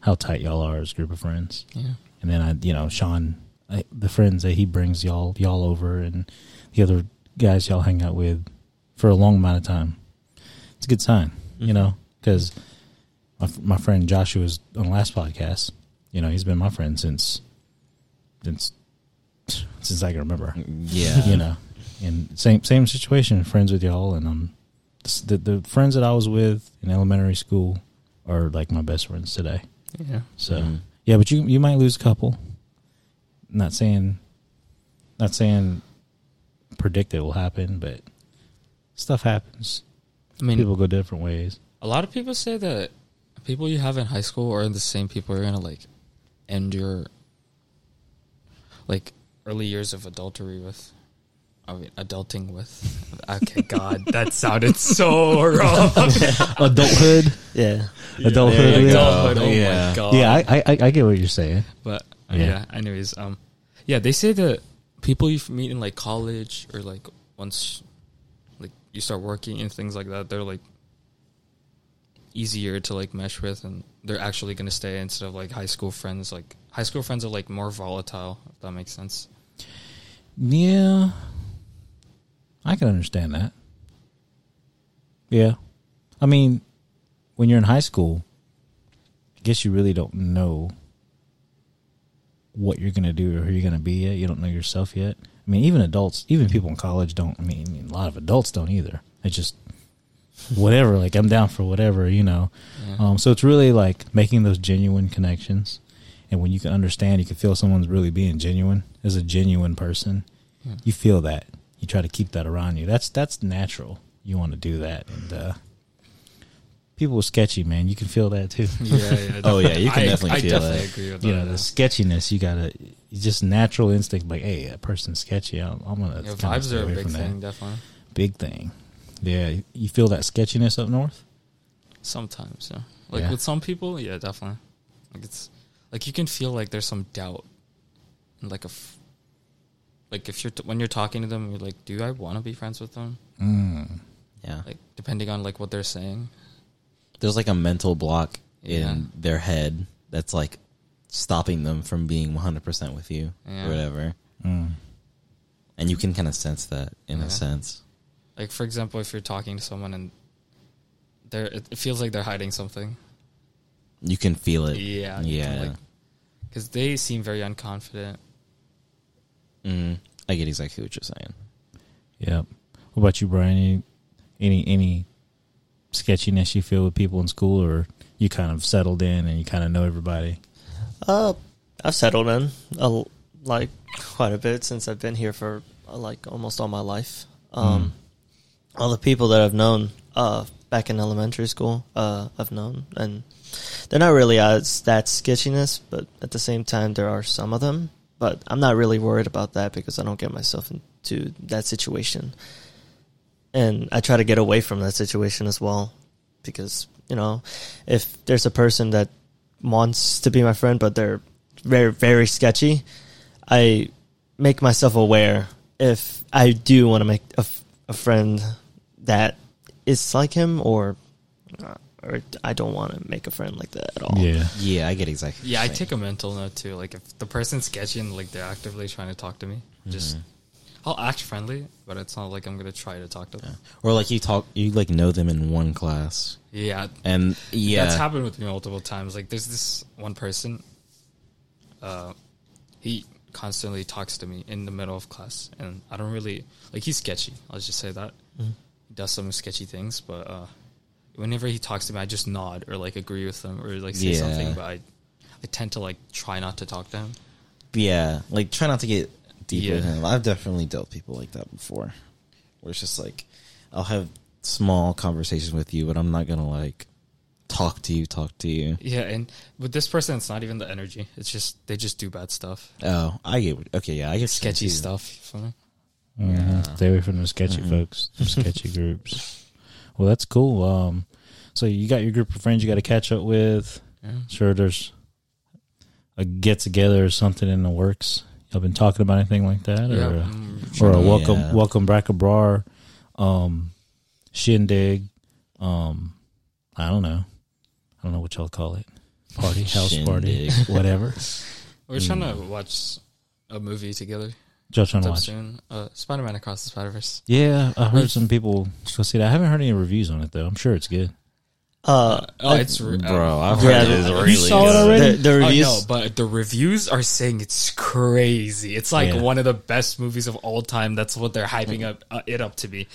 Speaker 1: how tight y'all are as a group of friends.
Speaker 4: yeah.
Speaker 1: And then I, you know, Sean, I, the friends that he brings y'all, y'all over, and the other guys y'all hang out with for a long amount of time. It's a good sign, you know, because my, f- my friend Joshua was on the last podcast. You know, he's been my friend since since since I can remember.
Speaker 2: Yeah.
Speaker 1: You know, and same same situation. Friends with y'all, and um, s- the the friends that I was with in elementary school are like my best friends today.
Speaker 4: yeah.
Speaker 1: So
Speaker 2: Mhm.
Speaker 1: yeah, but you you might lose a couple. Not saying, not saying, predict it will happen, but stuff happens.
Speaker 4: I mean,
Speaker 1: People go different ways.
Speaker 4: A lot of people say that people you have in high school are the same people you're gonna like end your like early years of adultery with. I mean, adulting with. Okay, God, that sounded so wrong.
Speaker 1: Adulthood,
Speaker 3: Yeah.
Speaker 1: adulthood.
Speaker 2: you
Speaker 1: Yeah,
Speaker 2: go.
Speaker 1: yeah.
Speaker 4: Adulthood, oh
Speaker 2: Yeah.
Speaker 4: my God.
Speaker 1: I, I I get what you're saying.
Speaker 4: But uh,
Speaker 1: Yeah.
Speaker 4: yeah. anyways, um, yeah, they say that people you f- meet in like college or like once, like you start working and things like that, they're like easier to like mesh with, and they're actually gonna stay instead of like high school friends. Like high school friends are like more volatile. If that makes sense.
Speaker 1: Yeah, I can understand that. Yeah, I mean, when you're in high school, I guess you really don't know what you're gonna do or who you're gonna be yet. You don't know yourself yet. I mean, even adults, even people in college don't. I mean, a lot of adults don't either. They just whatever. Like I'm down for whatever, you know.
Speaker 4: Yeah.
Speaker 1: Um, so it's really like making those genuine connections, and when you can understand, you can feel someone's really being genuine as a genuine person.
Speaker 4: Yeah.
Speaker 1: You feel that. You try to keep that around you. That's that's natural. You want to do that, and uh, people are sketchy, man. You can feel that too.
Speaker 4: yeah,
Speaker 2: Oh, yeah, you can
Speaker 4: I,
Speaker 2: definitely
Speaker 4: I
Speaker 2: feel
Speaker 4: definitely
Speaker 2: that.
Speaker 4: agree with that.
Speaker 1: You know the
Speaker 4: yeah.
Speaker 1: sketchiness. You gotta it's just natural instinct, like, hey, that person's sketchy. I'm, I'm gonna
Speaker 4: Yeah,
Speaker 1: kinda
Speaker 4: vibes
Speaker 1: stay
Speaker 4: are a
Speaker 1: away
Speaker 4: big
Speaker 1: from that.
Speaker 4: thing, definitely.
Speaker 1: Big thing. Yeah, you feel that sketchiness up north.
Speaker 4: Sometimes, yeah. Like
Speaker 1: Yeah.
Speaker 4: with some people, yeah, definitely. Like it's like you can feel like there's some doubt, and like a f- like if you're t- when you're talking to them, you're like, do I want to be friends with them?
Speaker 1: Mm.
Speaker 2: Yeah.
Speaker 4: Like depending on like what they're saying.
Speaker 2: There's like a mental block in
Speaker 4: Yeah.
Speaker 2: their head that's like stopping them from being 100% with you
Speaker 4: Yeah.
Speaker 2: or whatever.
Speaker 1: Mm.
Speaker 2: And you can kind of sense that in
Speaker 4: Yeah.
Speaker 2: a sense.
Speaker 4: Like for example, if you're talking to someone and they're it it feels like they're hiding something.
Speaker 2: You can feel it.
Speaker 4: Yeah,
Speaker 2: Yeah.
Speaker 4: Because they seem very unconfident.
Speaker 2: Mhm. I get exactly what you're saying.
Speaker 1: Yep. What about you, Brian? Any, any any sketchiness you feel with people in school, or you kind of settled in and you kind of know everybody?
Speaker 3: Uh, I've settled in a l like quite a bit since I've been here for uh, like almost all my life.
Speaker 1: Mm.
Speaker 3: Um, all the people that I've known uh, back in elementary school, uh, I've known, and they're not really as that sketchiness, but at the same time, there are some of them. But I'm not really worried about that because I don't get myself into that situation, and I try to get away from that situation as well, because you know, if there's a person that wants to be my friend, but they're very, very sketchy. I make myself aware if I do want to make a, f- a friend that is like him, or uh, or I don't want to make a friend like that at all.
Speaker 1: Yeah.
Speaker 2: Yeah, I get exactly.
Speaker 4: Yeah, I
Speaker 2: what you're
Speaker 4: take a mental note too. Like if the person's sketchy and like they're actively trying to talk to me,
Speaker 2: Mm-hmm.
Speaker 4: just I'll act friendly, but it's not like I'm gonna try to talk to them.
Speaker 2: saying. Or like you talk, you like know them in one class,
Speaker 4: Yeah,
Speaker 2: and yeah,
Speaker 4: that's happened with me multiple times. Like there's this one person, uh, he constantly talks to me in the middle of class, and I don't really like. He's sketchy. Let's just say that
Speaker 2: Mm-hmm.
Speaker 4: he does some sketchy things, but uh, whenever he talks to me, I just nod or like agree with him or like say
Speaker 2: Yeah.
Speaker 4: something. But I, I tend to like try not to talk to him.
Speaker 2: yeah, like try not to get deep with
Speaker 4: Yeah.
Speaker 2: him. I've definitely dealt people like that before, where it's just like I'll have small conversations with you, but I'm not gonna like talk to you, talk to you.
Speaker 4: Yeah, and with this person, it's not even the energy. It's just they just do bad stuff,
Speaker 2: Oh, I get. what- Okay, yeah, I get
Speaker 4: sketchy
Speaker 2: confused.
Speaker 4: stuff. you feel me?
Speaker 1: Mhm. Stay away from the sketchy folks, the sketchy groups. Well, that's cool. Um, so you got your group of friends you got to catch up with.
Speaker 4: Yeah.
Speaker 1: Sure, there's a get together or something in the works. Y'all been talking about anything like that,
Speaker 4: Yeah,
Speaker 1: or a-
Speaker 4: mm,
Speaker 1: or a
Speaker 2: Yeah.
Speaker 1: welcome welcome back a bar, um, shindig, um, I don't know, I don't know what y'all call it, party house party,
Speaker 2: Shindig.
Speaker 1: whatever.
Speaker 4: We're trying
Speaker 2: Hmm.
Speaker 4: to watch a movie together.
Speaker 1: Y'all trying
Speaker 4: It's
Speaker 1: to
Speaker 4: up
Speaker 1: watch? it?
Speaker 4: soon. Uh, Spider Man Across the Spider Verse.
Speaker 1: Yeah, I heard some people go see that. I haven't heard any reviews on it though. I'm sure it's good.
Speaker 3: Uh,
Speaker 4: Oh, it's re- uh,
Speaker 2: bro. I've
Speaker 3: Yeah,
Speaker 2: heard
Speaker 3: the-
Speaker 2: it is
Speaker 3: you
Speaker 2: really.
Speaker 1: saw it
Speaker 2: good.
Speaker 1: already?
Speaker 3: the, the
Speaker 4: oh,
Speaker 3: reviews.
Speaker 4: no, but the reviews are saying it's crazy. It's like
Speaker 1: Yeah.
Speaker 4: one of the best movies of all time. That's what they're hyping up uh, it up to be.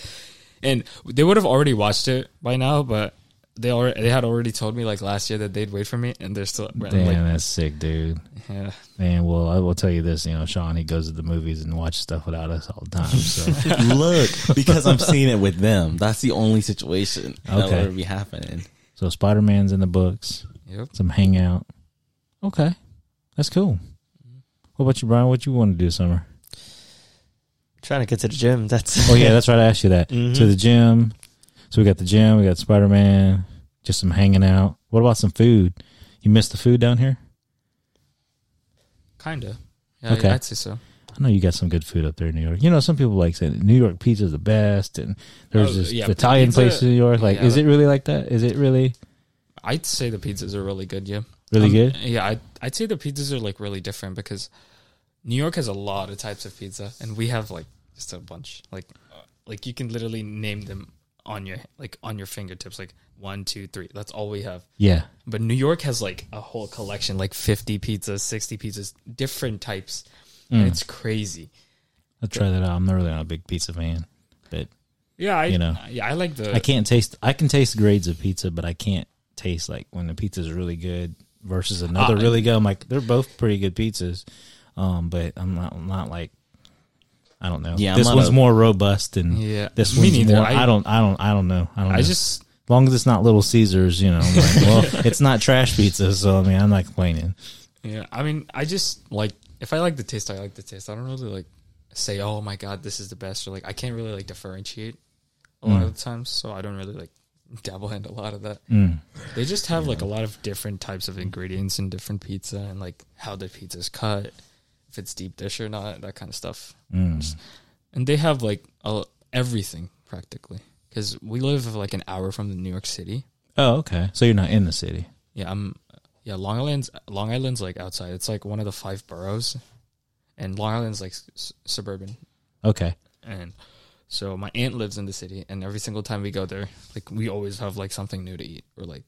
Speaker 4: And they would have already watched it by now, but they already they had already told me like last year that they'd wait for me, and they're still I'm
Speaker 1: Damn,
Speaker 4: like,
Speaker 1: that's sick, dude.
Speaker 4: yeah.
Speaker 1: Man, well, I will tell you this. You know, Sean, he goes to the movies and watches stuff without us all the time. So,
Speaker 2: Look, because I'm seeing it with them. That's the only situation that
Speaker 1: Okay.
Speaker 2: will ever be happening.
Speaker 1: so Spider Man's in the books.
Speaker 4: Yep.
Speaker 1: Some hangout. Okay, that's cool. What about you, Brian? What you want to do this summer?
Speaker 3: trying to get to the gym. That's
Speaker 1: Oh yeah, that's right. I asked you that.
Speaker 4: Mm-hmm.
Speaker 3: Mhm.
Speaker 1: To the gym. So we got the gym. We got Spider Man. Just some hanging out. What about some food? You missed the food down here.
Speaker 4: Kinda. Yeah,
Speaker 1: Okay.
Speaker 4: I'd say so.
Speaker 1: I know you got some good food up there in New York. You know, some people like saying New York pizza's the best, and there's
Speaker 4: Oh,
Speaker 1: this
Speaker 4: yeah,
Speaker 1: Italian
Speaker 4: pizza-
Speaker 1: place in New York. Like,
Speaker 4: yeah,
Speaker 1: is
Speaker 4: but-
Speaker 1: it really like that? Is it really
Speaker 4: I'd say the pizzas are really good. Yeah,
Speaker 1: really
Speaker 4: Um,
Speaker 1: good?
Speaker 4: Yeah, I'd, I'd say the pizzas are like really different because New York has a lot of types of pizza, and we have like just a bunch. Like, uh, like you can literally name them on your like on your fingertips. Like one, two, three. That's all we have.
Speaker 1: Yeah.
Speaker 4: But New York has like a whole collection, like fifty pizzas, sixty pizzas, different types,
Speaker 1: Mm.
Speaker 4: and it's crazy.
Speaker 1: I'll try that out. I'm not really not a big pizza fan, but
Speaker 4: Yeah, I
Speaker 1: You know.
Speaker 4: yeah, I like the.
Speaker 1: I can't taste. I can taste grades of pizza, but I can't taste like when the pizza's really good versus another
Speaker 4: Ah,
Speaker 1: really good. I'm like, they're both pretty good pizzas, um, but I'm not I'm not like. I don't know.
Speaker 2: Yeah, I'm
Speaker 1: this
Speaker 2: not
Speaker 1: one's
Speaker 2: a-
Speaker 1: more robust and
Speaker 4: Yeah.
Speaker 1: this
Speaker 4: Me
Speaker 1: one's
Speaker 4: neither.
Speaker 1: more. I,
Speaker 4: I-
Speaker 1: don't. I don't. I don't know. I don't.
Speaker 4: I
Speaker 1: know.
Speaker 4: just
Speaker 1: As long as it's not Little Caesars, you know. I'm like, well, it's not trash pizza, so I mean, I'm not complaining.
Speaker 4: Yeah, I mean, I just like if I like the taste, I like the taste. I don't really like say, "Oh my god, this is the best," or like I can't really like differentiate a lot of the times, so I don't really like dabble in a lot of that.
Speaker 1: Mm,
Speaker 4: They just have like a lot of different types of ingredients in different pizza and like how the pizza's cut, if it's deep dish or not, that kind of stuff.
Speaker 1: mm.
Speaker 4: Just- And they have like a, everything practically because we live like an hour from the New York City.
Speaker 1: Oh, okay. So you're not in the city.
Speaker 4: Yeah, I'm. Yeah, Long Island's Long Island's like outside. It's like one of the five boroughs, and Long Island's like s- suburban.
Speaker 1: Okay.
Speaker 4: And so my aunt lives in the city, and every single time we go there, like we always have like something new to eat. Or like,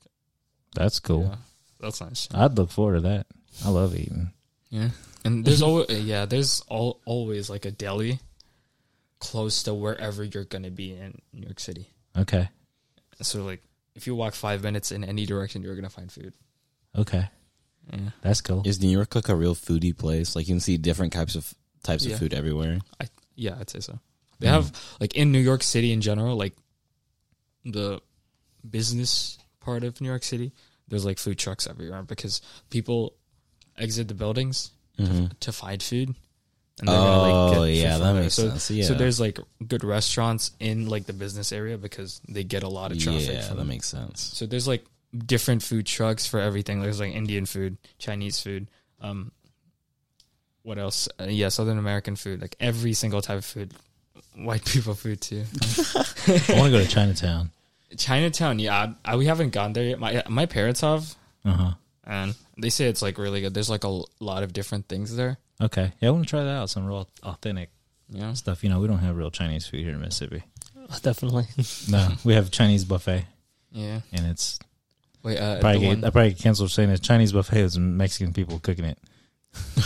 Speaker 1: That's cool. Ah.
Speaker 4: yeah, that's nice.
Speaker 1: I'd look forward to that. I love eating.
Speaker 4: Yeah, and there's always yeah, there's all always like a deli close to wherever you're gonna be in New York City.
Speaker 1: Okay.
Speaker 4: So like, if you walk five minutes in any direction, you're gonna find food.
Speaker 1: Okay.
Speaker 4: Yeah.
Speaker 1: That's cool.
Speaker 2: Is New York like a real foodie place? Like you can see different types of types
Speaker 4: Yeah.
Speaker 2: of food everywhere.
Speaker 4: I yeah, I'd say so.
Speaker 2: Hmm.
Speaker 4: They have like in New York City in general, like the business part of New York City. There's like food trucks everywhere because people exit the buildings to, to find food. And
Speaker 2: Mm-hmm. Oh,
Speaker 4: food
Speaker 2: yeah,
Speaker 4: from
Speaker 2: that
Speaker 4: there.
Speaker 2: makes
Speaker 4: so,
Speaker 2: sense,
Speaker 4: So
Speaker 2: yeah.
Speaker 4: there's like good restaurants in like the business area because they get a lot of traffic.
Speaker 2: Yeah,
Speaker 4: from
Speaker 2: that
Speaker 4: them.
Speaker 2: makes sense.
Speaker 4: So there's like different food trucks for everything. There's like Indian food, Chinese food, um, what else? Uh, yeah, Southern American food, like every single type of food. White people food too.
Speaker 1: I want to go to Chinatown.
Speaker 4: Chinatown, yeah, I, I, we haven't gone there yet. My my parents have,
Speaker 1: Uh huh.
Speaker 4: and they say it's like really good. There's like a l- lot of different things there.
Speaker 1: Okay. Yeah, I want to try that out. Some real authentic
Speaker 4: Yeah,
Speaker 1: stuff. You know, we don't have real Chinese food here in Mississippi.
Speaker 3: definitely.
Speaker 1: No, we have Chinese buffet,
Speaker 4: yeah.
Speaker 1: and it's
Speaker 4: Wait, uh,
Speaker 1: probably
Speaker 4: the
Speaker 1: get,
Speaker 4: one-
Speaker 1: I probably get canceled for saying it's Chinese buffet is Mexican people cooking it.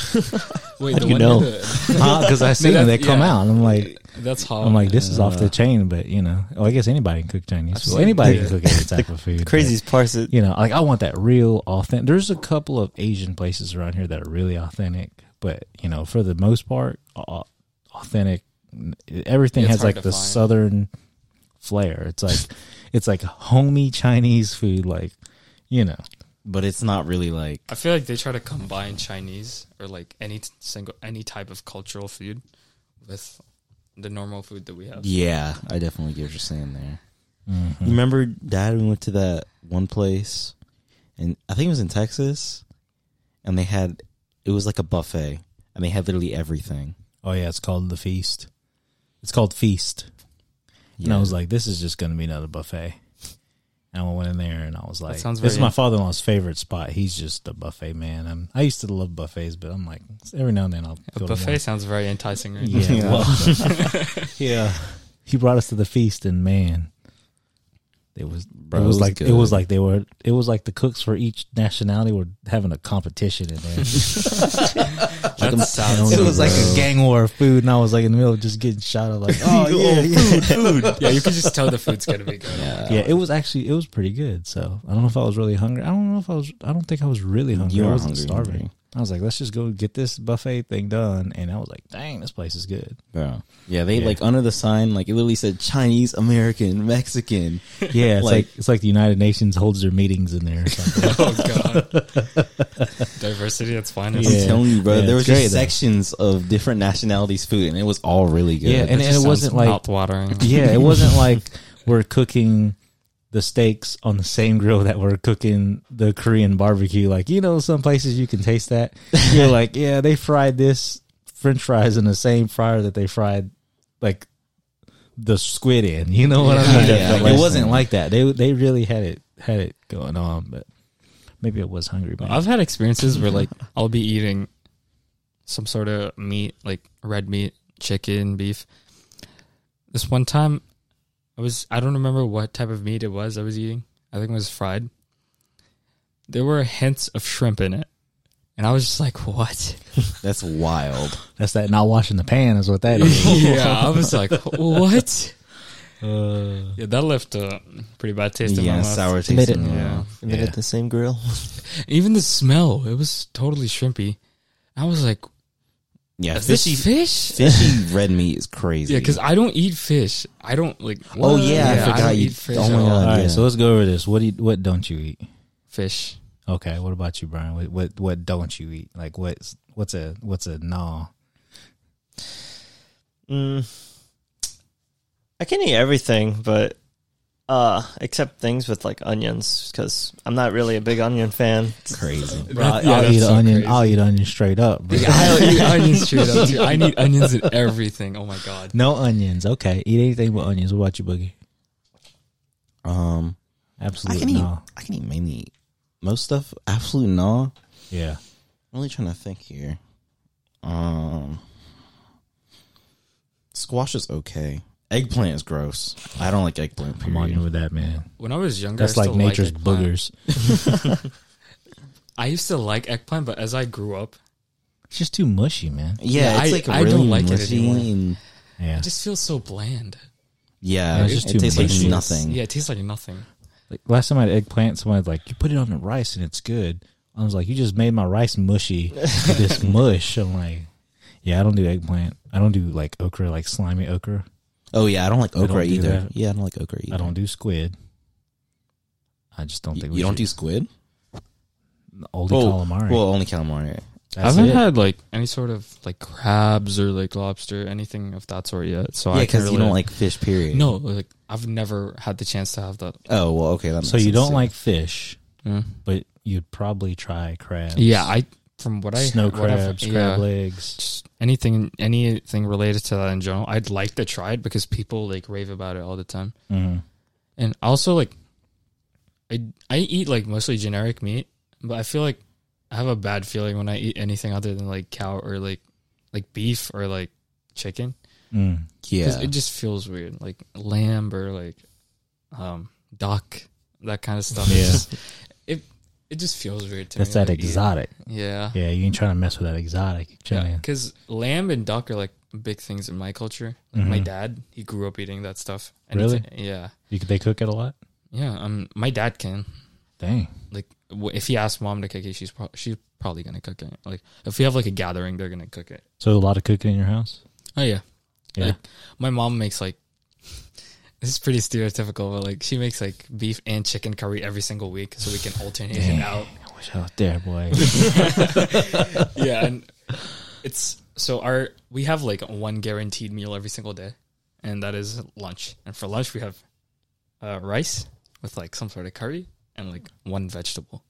Speaker 4: wait, the
Speaker 1: you
Speaker 4: one
Speaker 1: know?
Speaker 4: near the-
Speaker 1: Because Uh, I see them, they
Speaker 4: that's-
Speaker 1: come
Speaker 4: yeah.
Speaker 1: out, and I'm like,
Speaker 4: that's hot.
Speaker 1: I'm like, this is off the chain, but you know, well, I guess anybody can cook Chinese food.
Speaker 4: seen-
Speaker 1: Anybody
Speaker 4: yeah.
Speaker 1: can cook any type of food. but,
Speaker 3: Craziest parts. That,
Speaker 1: you know, like I want that real authentic. There's a couple of Asian places around here that are really authentic, but you know, for the most part, au- authentic. Everything
Speaker 4: It's
Speaker 1: has
Speaker 4: hard
Speaker 1: like
Speaker 4: to
Speaker 1: the
Speaker 4: find.
Speaker 1: southern flair. It's like it's like homey Chinese food, like you know.
Speaker 2: but it's not really like
Speaker 4: I feel like they try to combine Chinese or like any t- single any type of cultural food with the normal food that we have.
Speaker 2: yeah. I definitely get what you're saying there.
Speaker 1: Mm-hmm.
Speaker 2: You remember, Dad, we went to that one place, and I think it was in Texas, and they had it was like a buffet, and they had literally everything.
Speaker 1: Oh yeah, it's called the feast. It's called feast. And I was like, this is just going to be another buffet. And I went in there and I was like,
Speaker 4: sounds
Speaker 1: this is
Speaker 4: very-
Speaker 1: my father in law's favorite spot. He's just a buffet man. And I used to love buffets, but I'm like, every now and then I'll
Speaker 4: A
Speaker 1: go to
Speaker 4: buffet sounds very enticing right
Speaker 1: one.
Speaker 4: now.
Speaker 1: Yeah. well, yeah. He brought us to the feast and man, it was
Speaker 2: Bro,
Speaker 1: it
Speaker 2: it
Speaker 1: was
Speaker 2: was
Speaker 1: like it
Speaker 2: good.
Speaker 1: was like they were it was like the cooks for each nationality were having a competition in there.
Speaker 4: That sounds
Speaker 1: it was like
Speaker 4: bro.
Speaker 1: a gang war of food, and I was like in the middle of just getting shot. I was like, oh yeah, yeah.
Speaker 4: yeah, you can just tell the food's gonna be good. Yeah.
Speaker 1: yeah, it was actually it was pretty good. So I don't know if I was really hungry. I don't know if I was. I don't think I was really hungry.
Speaker 2: You
Speaker 1: I
Speaker 2: were
Speaker 1: wasn't
Speaker 2: hungry,
Speaker 1: starving.
Speaker 2: hungry.
Speaker 1: I was like, let's just go get this buffet thing done. And I was like, dang, this place is good.
Speaker 2: Bro. Yeah, they
Speaker 1: Yeah.
Speaker 2: like under the sign, like it literally said Chinese, American, Mexican.
Speaker 1: Yeah, it's like,
Speaker 2: Like-
Speaker 1: it's like the United Nations holds their meetings in there. Or something.
Speaker 4: Oh god. Diversity, that's fine.
Speaker 1: Yeah.
Speaker 2: I'm telling you, bro,
Speaker 1: Yeah,
Speaker 2: there was
Speaker 1: it's great,
Speaker 2: just
Speaker 1: though.
Speaker 2: sections of different nationalities' food, and it was all really good.
Speaker 1: Yeah, and- it wasn't like-
Speaker 4: mouth watering.
Speaker 1: yeah, it wasn't like we're cooking the steaks on the same grill that we're cooking the Korean barbecue. Like you know, some places you can taste that. You're like, yeah, they fried this French fries in the same fryer that they fried like the squid in. You know what I mean?
Speaker 2: Yeah, yeah,
Speaker 1: Like,
Speaker 2: yeah.
Speaker 1: it wasn't like that. They they really had it had it going on, but maybe it was hungry. Man.
Speaker 4: I've had experiences where like I'll be eating some sort of meat, like red meat, chicken, beef. This one time, I was I don't remember what type of meat it was I was eating. I think it was fried. There were hints of shrimp in it, and I was just like, "What?"
Speaker 2: That's wild.
Speaker 1: That's that not washing the pan is what that is.
Speaker 4: yeah, I was like, "What?"
Speaker 1: Uh,
Speaker 4: yeah, that left a pretty bad taste in my
Speaker 2: yeah,
Speaker 4: mouth.
Speaker 2: sour
Speaker 3: Made it-
Speaker 2: taste. in the
Speaker 4: Yeah.
Speaker 2: mouth.
Speaker 3: And then
Speaker 1: Yeah.
Speaker 3: at the same grill.
Speaker 4: Even the smell, it was totally shrimpy. I was like,
Speaker 2: yeah,
Speaker 4: "Is this
Speaker 2: fishy,
Speaker 4: fish?"
Speaker 2: fishy red meat is crazy.
Speaker 4: Yeah, because I don't eat fish. I don't like.
Speaker 2: oh yeah, I forgot
Speaker 4: don't
Speaker 2: you.
Speaker 4: eat fish.
Speaker 2: Oh
Speaker 4: at
Speaker 2: my
Speaker 4: all.
Speaker 1: All
Speaker 2: god,
Speaker 1: right,
Speaker 2: yeah.
Speaker 1: so let's go over this. What do you, what don't you eat?
Speaker 4: Fish.
Speaker 1: Okay, what about you, Brian? What what, what don't you eat? Like what's what's a what's a no?
Speaker 3: Mm, I can eat everything, but uh, except things with like onions, because I'm not really a big onion fan.
Speaker 2: crazy.
Speaker 1: Bro, I'll, I'll eat onion. I'll eat onion straight up. Bro.
Speaker 4: I eat onions straight up too. I need onions in everything. Oh my god.
Speaker 1: No onions. Okay, eat anything but onions. What about you, Boogie?
Speaker 2: Um, I
Speaker 1: Absolutely
Speaker 2: can eat.
Speaker 1: no.
Speaker 2: I can eat mainly most stuff. Absolute no.
Speaker 1: Yeah,
Speaker 2: I'm really trying to think here. Um, squash is okay. Eggplant is gross. I don't like eggplant.
Speaker 1: I'm on you
Speaker 2: Period.
Speaker 1: with that, man.
Speaker 4: When I was younger,
Speaker 1: That's
Speaker 4: I
Speaker 1: like
Speaker 4: still
Speaker 1: nature's
Speaker 4: liked eggplant.
Speaker 1: boogers.
Speaker 4: I used to like eggplant, but as I grew up,
Speaker 1: It's just too mushy, man.
Speaker 2: Yeah,
Speaker 4: Yeah,
Speaker 2: it's
Speaker 4: I-
Speaker 2: like
Speaker 4: I
Speaker 2: really
Speaker 4: don't like it
Speaker 2: mushy
Speaker 4: anymore.
Speaker 2: and-
Speaker 1: Yeah,
Speaker 4: it just feels so bland.
Speaker 2: yeah,
Speaker 1: Yeah,
Speaker 2: it,
Speaker 1: it's just
Speaker 2: it
Speaker 1: too
Speaker 2: tastes
Speaker 1: mushy.
Speaker 2: like nothing.
Speaker 4: Yeah, it tastes like nothing.
Speaker 1: like, last time I had eggplant, someone was like, "You put it on the rice and it's good." I was like, "You just made my rice mushy. this mush." I'm like, "Yeah, I don't do eggplant. I don't do like okra, like slimy okra.
Speaker 2: Oh yeah, I don't like
Speaker 1: I don't
Speaker 2: okra
Speaker 1: do
Speaker 2: either.
Speaker 1: that.
Speaker 2: Yeah, I don't like okra either.
Speaker 1: I don't do squid. I just don't
Speaker 2: You,
Speaker 1: think
Speaker 2: you
Speaker 1: we
Speaker 2: don't
Speaker 1: should.
Speaker 2: do squid?
Speaker 1: Only
Speaker 2: Oh,
Speaker 1: calamari.
Speaker 2: Well, only calamari.
Speaker 4: I
Speaker 1: That's
Speaker 4: haven't
Speaker 1: it.
Speaker 4: had like any sort of like crabs or like lobster, anything of that sort yet.
Speaker 1: Oh,
Speaker 4: So
Speaker 2: yeah,
Speaker 4: I can
Speaker 2: because you don't like fish. Period.
Speaker 4: No, like I've never had the chance to have that.
Speaker 2: Oh well, okay. That makes
Speaker 1: so you
Speaker 2: sense,
Speaker 1: don't
Speaker 2: too.
Speaker 1: like fish,
Speaker 4: Mm.
Speaker 1: but you'd probably try crabs.
Speaker 4: Yeah, I from what I
Speaker 1: snow
Speaker 4: what I've-
Speaker 1: crabs,
Speaker 4: yeah.
Speaker 1: crab legs.
Speaker 4: just anything anything related to that in general i'd like to try it because people like rave about it all the time
Speaker 1: Mhm.
Speaker 4: and also like i i eat like mostly generic meat but i feel like i have a bad feeling when i eat anything other than like cow or like like beef or like chicken
Speaker 1: Mm.
Speaker 2: Yeah,
Speaker 4: because it just feels weird like lamb or like um duck that kind of stuff It's
Speaker 1: Yeah.
Speaker 4: just- it it just feels weird to
Speaker 1: That's
Speaker 4: me
Speaker 1: that
Speaker 4: like, eat-
Speaker 1: exotic.
Speaker 4: yeah
Speaker 1: Yeah, you ain't trying to mess with that exotic. You're
Speaker 4: yeah,
Speaker 1: trying to-
Speaker 4: because lamb and duck are like big things in my culture. Like My
Speaker 1: Mhm.
Speaker 4: dad, he grew up eating that stuff.
Speaker 1: Really?
Speaker 4: it's- Yeah,
Speaker 1: you could, they cook it a lot.
Speaker 4: yeah. Um, my dad can.
Speaker 1: Dang.
Speaker 4: Like, w- if he asks mom to cook it, she's pro- she's probably gonna cook it. Like, if we have like a gathering, they're gonna cook it.
Speaker 1: So a lot of cooking in your house.
Speaker 4: Oh yeah,
Speaker 1: Yeah.
Speaker 4: Like, my mom makes like This is pretty stereotypical, but like she makes like beef and chicken curry every single week, so we can alternate it out.
Speaker 1: I wish I was there, boy.
Speaker 4: yeah, and it's so our we have like one guaranteed meal every single day, and that is lunch. And for lunch, we have uh, rice with like some sort of curry and like one vegetable.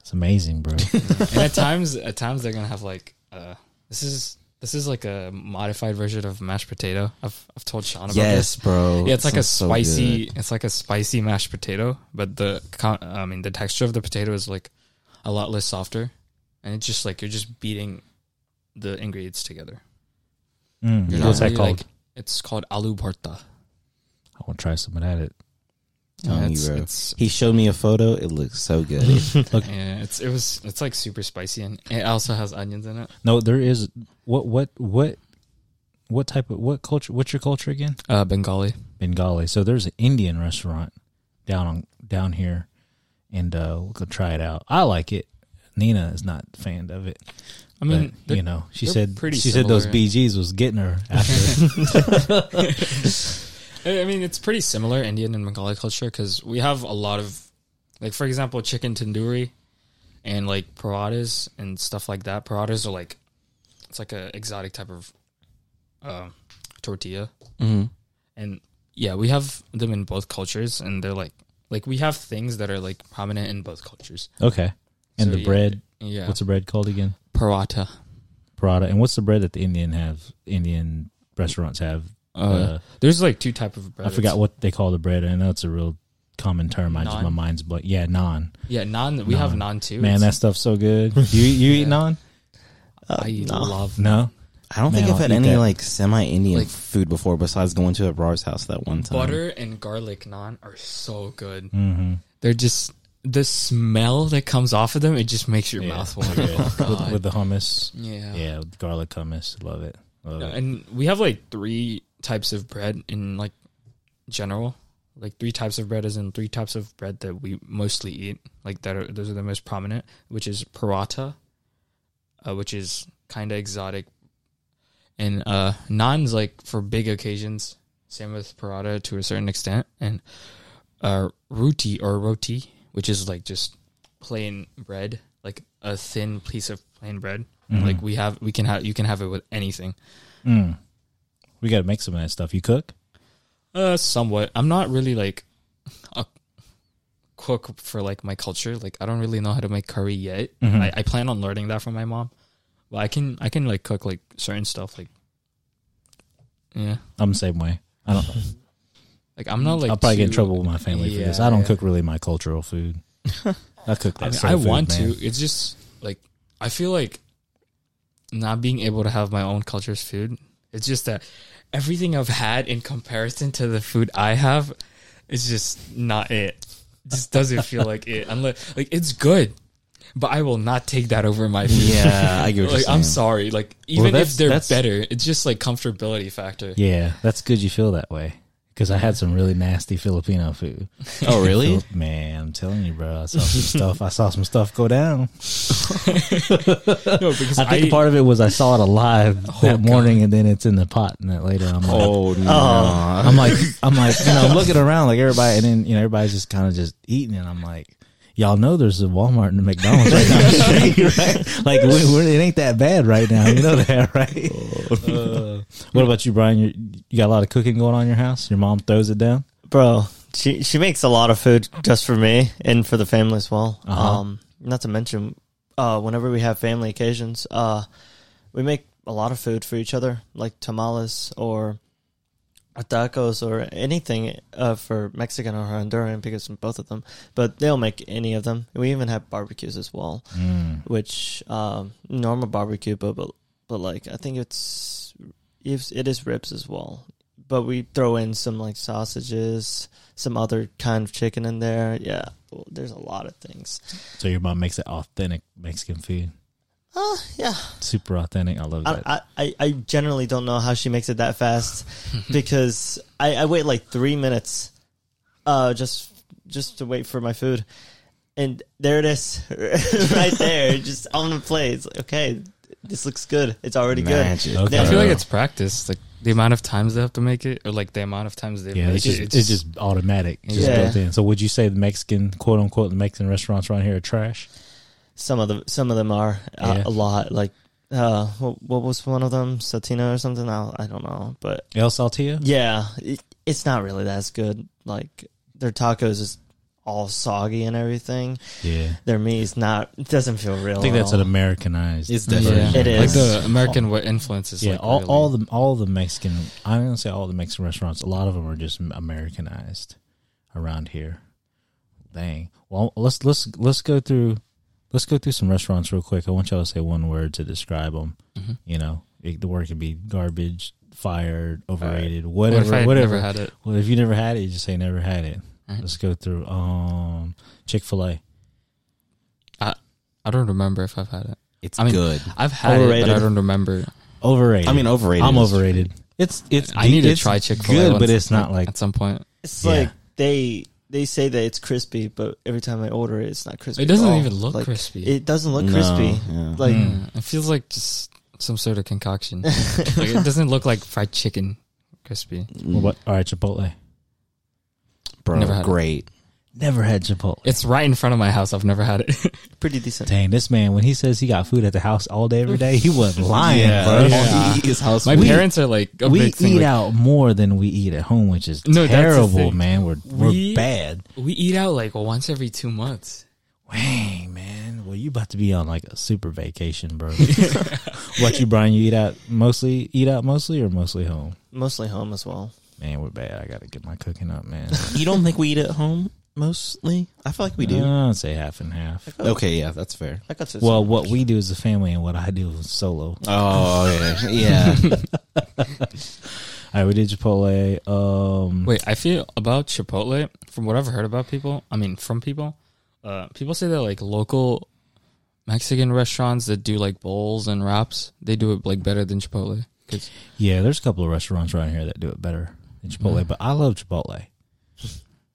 Speaker 1: It's amazing, bro.
Speaker 4: And at times, at times they're gonna have like uh, this is this is like a modified version of mashed potato. I've I've told Sean about this.
Speaker 2: Yes, bro.
Speaker 4: Yeah, it's like a
Speaker 2: Sounds so
Speaker 4: spicy.
Speaker 2: good.
Speaker 4: it's like a spicy mashed potato, but the co- I mean the texture of the potato is like a lot less softer, and it's just like you're just beating the ingredients together.
Speaker 1: Mm,
Speaker 4: You're
Speaker 1: what's that
Speaker 4: not really,
Speaker 1: called?
Speaker 4: like- it's called alu porta.
Speaker 1: I want to try some of that. It
Speaker 2: Tell me,
Speaker 4: it's,
Speaker 2: bro.
Speaker 4: it's-
Speaker 2: He showed me a photo. It looks so good.
Speaker 4: Mm-hmm. yeah, it's it was it's like super spicy, and it also has onions in it.
Speaker 1: no, there is what what what what type of what culture? What's your culture again?
Speaker 4: Uh, Bengali.
Speaker 1: Bengali. So there's an Indian restaurant down on down here, and uh, we'll go try it out. I like it. Nina is not a fan of it.
Speaker 4: I mean,
Speaker 1: but, you know, she
Speaker 4: they're
Speaker 1: said
Speaker 4: pretty
Speaker 1: she said those
Speaker 4: similar.
Speaker 1: BGs was getting her after.
Speaker 4: I I mean, it's pretty similar Indian and Bengali culture because we have a lot of, like for example, chicken tandoori, and like paradas and stuff like that. Paradas are like, it's like a exotic type of, um, tortilla,
Speaker 2: Mhm.
Speaker 4: and yeah, we have them in both cultures, and they're like, like we have things that are like prominent in both cultures.
Speaker 1: okay, and
Speaker 4: So,
Speaker 1: the
Speaker 4: yeah,
Speaker 1: bread.
Speaker 4: yeah,
Speaker 1: What's the bread called again?
Speaker 4: paratha?
Speaker 1: Prada. And what's the bread that the Indian have? Indian restaurants have.
Speaker 4: Uh,
Speaker 1: Uh,
Speaker 4: there's like two type of bread.
Speaker 1: I forgot what they call the bread. I know it's a real common term. I just
Speaker 4: Naan?
Speaker 1: my mind's but yeah, naan.
Speaker 4: Yeah, naan. We have naan too.
Speaker 1: Man, that
Speaker 4: It's-
Speaker 1: stuff's so good. You you eat
Speaker 4: Yeah.
Speaker 1: naan?
Speaker 4: I
Speaker 3: Uh,
Speaker 1: Uh,
Speaker 3: no.
Speaker 4: love.
Speaker 1: No.
Speaker 2: I don't think
Speaker 1: Man,
Speaker 2: I've
Speaker 1: I'll
Speaker 2: had
Speaker 1: eat
Speaker 2: any
Speaker 1: that.
Speaker 2: like semi-Indian
Speaker 4: Like-
Speaker 2: food before, besides going to a bar's house that one time.
Speaker 4: Butter and garlic naan are so good.
Speaker 1: Mm-hmm.
Speaker 4: they're just the smell that comes off of them. It just makes your mouth water.
Speaker 1: with, with the hummus.
Speaker 4: Yeah.
Speaker 1: Yeah, with garlic hummus. Love it. Love
Speaker 4: Yeah,
Speaker 1: it.
Speaker 4: And we have like three types of bread in like general. Like three types of bread is in three types of bread that we mostly eat. Like that are those are the most prominent, which is paratha, uh, which is kind of exotic, and uh, naan's like for big occasions. Same with paratha to a certain extent, and uh, roti or roti, which is like just plain bread, like a thin piece of plain bread.
Speaker 1: Mhm.
Speaker 4: Like we have, we can have, you can have it with anything.
Speaker 1: Mm. We got to make some of that stuff. You cook?
Speaker 4: Uh, somewhat. I'm not really like a cook for like my culture. Like I don't really know how to make curry yet.
Speaker 1: Mhm.
Speaker 4: I, I plan on learning that from my mom. But I can I can like cook like certain stuff like yeah.
Speaker 1: I'm the same way. I don't.
Speaker 4: Like I'm not like
Speaker 1: Mm, I'll probably get in
Speaker 4: too-
Speaker 1: trouble with my family for this.
Speaker 4: Yeah,
Speaker 1: I don't
Speaker 4: yeah.
Speaker 1: cook really my cultural food. I cook that.
Speaker 4: I, mean,
Speaker 1: soul
Speaker 4: I
Speaker 1: food,
Speaker 4: want
Speaker 1: man.
Speaker 4: to. It's just like I feel like not being able to have my own culture's food. It's just that everything I've had in comparison to the food I have is just not it. Just doesn't feel like it. Unless like it's good, but I will not take that over my food.
Speaker 2: Yeah, I get what
Speaker 4: Like
Speaker 2: you're
Speaker 4: I'm
Speaker 2: saying.
Speaker 4: sorry. Like even
Speaker 1: that's-
Speaker 4: if they're
Speaker 1: that's-
Speaker 4: better, it's just like comfortability factor.
Speaker 1: Yeah, that's good. You feel that way because I had some really nasty Filipino food.
Speaker 2: Oh, really?
Speaker 1: Fil- Man, I'm telling you, bro. I saw some stuff. I saw some stuff go down.
Speaker 4: No, because
Speaker 1: I think part of it was I saw it alive
Speaker 4: Oh,
Speaker 1: that morning, and then it's in the pot, and then later I'm like,
Speaker 2: Oh no!
Speaker 1: I'm like, I'm like, you know, I'm looking around like everybody, and then you know, everybody's just kind of just eating, and I'm like. Y'all know there's a Walmart and a McDonald's right down the street, right? Like we we're, it ain't that bad right now, you know that, right? Uh, what about you, Brian? You, you got a lot of cooking going on in your house. Your mom throws it down.
Speaker 3: bro. She she makes a lot of food just for me and for the family as well.
Speaker 1: Uh-huh.
Speaker 3: Um, not to mention, uh, whenever we have family occasions, uh, we make a lot of food for each other, like tamales or tacos or anything uh, for Mexican or Honduran because of both of them. But they'll make any of them. We even have barbecues as well,
Speaker 1: Mm.
Speaker 3: which um, normal barbecue, but, but but like I think it's it's- it is ribs as well. But we throw in some like sausages, some other kind of chicken in there. Yeah, well, there's a lot of things.
Speaker 1: So your mom makes it authentic Mexican food,
Speaker 3: Uh, yeah,
Speaker 1: super authentic. I love that.
Speaker 3: I, I, I generally don't know how she makes it that fast because I, I wait like three minutes uh, just just to wait for my food. And there it is, right there, just on the plate. It's like, okay, this looks good. It's already good.
Speaker 2: Magic,
Speaker 1: Okay. I
Speaker 4: I feel
Speaker 2: bro.
Speaker 4: like it's practice. Like the amount of times they have to make it, or like the amount of times they
Speaker 1: Yeah,
Speaker 4: make
Speaker 1: it's just
Speaker 4: it,
Speaker 1: it's just automatic. It's just
Speaker 3: Yeah.
Speaker 1: built in. So would you say the Mexican quote unquote the Mexican restaurants around here are trash?
Speaker 3: Some of the some of them are uh,
Speaker 1: Yeah.
Speaker 3: a lot. Like uh, what, what was one of them? Satina or something? I, I don't know, but
Speaker 1: El Saltillo?
Speaker 3: yeah, it, it's not really that good. Like their tacos is all soggy and everything.
Speaker 1: Yeah.
Speaker 3: Their meat is not. It doesn't feel real.
Speaker 1: I think
Speaker 3: at
Speaker 1: that's
Speaker 3: all.
Speaker 1: an Americanized.
Speaker 2: It's
Speaker 4: Yeah.
Speaker 2: definitely
Speaker 3: It is.
Speaker 4: like the American what influences.
Speaker 1: yeah,
Speaker 4: like
Speaker 1: all,
Speaker 4: really-
Speaker 1: all the all the Mexican. I don't say all the Mexican restaurants. A lot of them are just Americanized around here. Dang. Well, let's let's let's go through let's go through some restaurants real quick. I want y'all to say one word to describe them.
Speaker 4: Mhm.
Speaker 1: You know, it, the word can be garbage, fired,
Speaker 4: right.
Speaker 1: overrated,
Speaker 4: What
Speaker 1: whatever,
Speaker 4: if I had
Speaker 1: whatever.
Speaker 4: never had Mm-hmm. it?
Speaker 1: well, if you never had it, you just say never had it.
Speaker 4: All right.
Speaker 1: Let's go through um Chick Fil A.
Speaker 4: I don't remember if I've had it.
Speaker 2: It's
Speaker 4: I mean,
Speaker 2: good.
Speaker 4: I've had it, but I
Speaker 3: Overrated.
Speaker 4: don't remember.
Speaker 1: Overrated.
Speaker 2: I mean, overrated.
Speaker 1: I'm
Speaker 2: is-
Speaker 1: overrated. It's it's.
Speaker 4: I need to
Speaker 1: it's
Speaker 4: try Chick Fil A.
Speaker 1: Good, but it's not like
Speaker 4: at some point.
Speaker 3: It's
Speaker 1: Yeah.
Speaker 3: like they they say that it's crispy, but every time I order it, it's not crispy.
Speaker 4: It doesn't
Speaker 3: at all.
Speaker 4: even look
Speaker 3: Like,
Speaker 4: crispy.
Speaker 3: It doesn't look
Speaker 2: No,
Speaker 3: crispy.
Speaker 2: yeah.
Speaker 3: Like
Speaker 1: Mm.
Speaker 4: Mm, it feels like just some sort of concoction. like, it doesn't look like fried chicken, crispy.
Speaker 1: Well, what? All right, Chipotle.
Speaker 2: Bro,
Speaker 4: Never had it.
Speaker 2: great.
Speaker 1: Never had Chipotle.
Speaker 4: It's right in front of my house. I've never had it.
Speaker 3: pretty decent.
Speaker 1: Dang, this man when he says he got food at the house all day every day, he wasn't lying, bro.
Speaker 4: Yeah.
Speaker 2: His house
Speaker 4: my
Speaker 2: food.
Speaker 4: parents are like a
Speaker 1: We
Speaker 4: big
Speaker 1: eat
Speaker 4: thing. like-
Speaker 1: out more than we eat at home, which is
Speaker 4: No, that's the
Speaker 1: terrible,
Speaker 4: thing.
Speaker 1: man. We're we're
Speaker 4: We-
Speaker 1: bad.
Speaker 4: we eat out like once every two months.
Speaker 1: Dang, man. Well, you about to be on like a super vacation, bro. what you, Brian? You eat out mostly? Eat out mostly or mostly home?
Speaker 3: Mostly home as well.
Speaker 1: Man, we're bad. I gotta get my cooking up, man.
Speaker 2: You don't think we eat at home mostly? I feel like we do.
Speaker 1: Uh, I'd say half and half.
Speaker 2: okay, yeah, that's fair.
Speaker 3: I got this.
Speaker 1: Well, what we do is a family, and what I do is solo.
Speaker 2: Oh, okay. yeah.
Speaker 1: All right, we did Chipotle. Um,
Speaker 4: Wait, I feel about Chipotle from what I've heard about people. I mean, from people, uh, people say that like local Mexican restaurants that do like bowls and wraps, they do it like better than Chipotle. 'Cause-
Speaker 1: Yeah, there's a couple of restaurants around here that do it better than Chipotle,
Speaker 4: Mm.
Speaker 1: but I love Chipotle.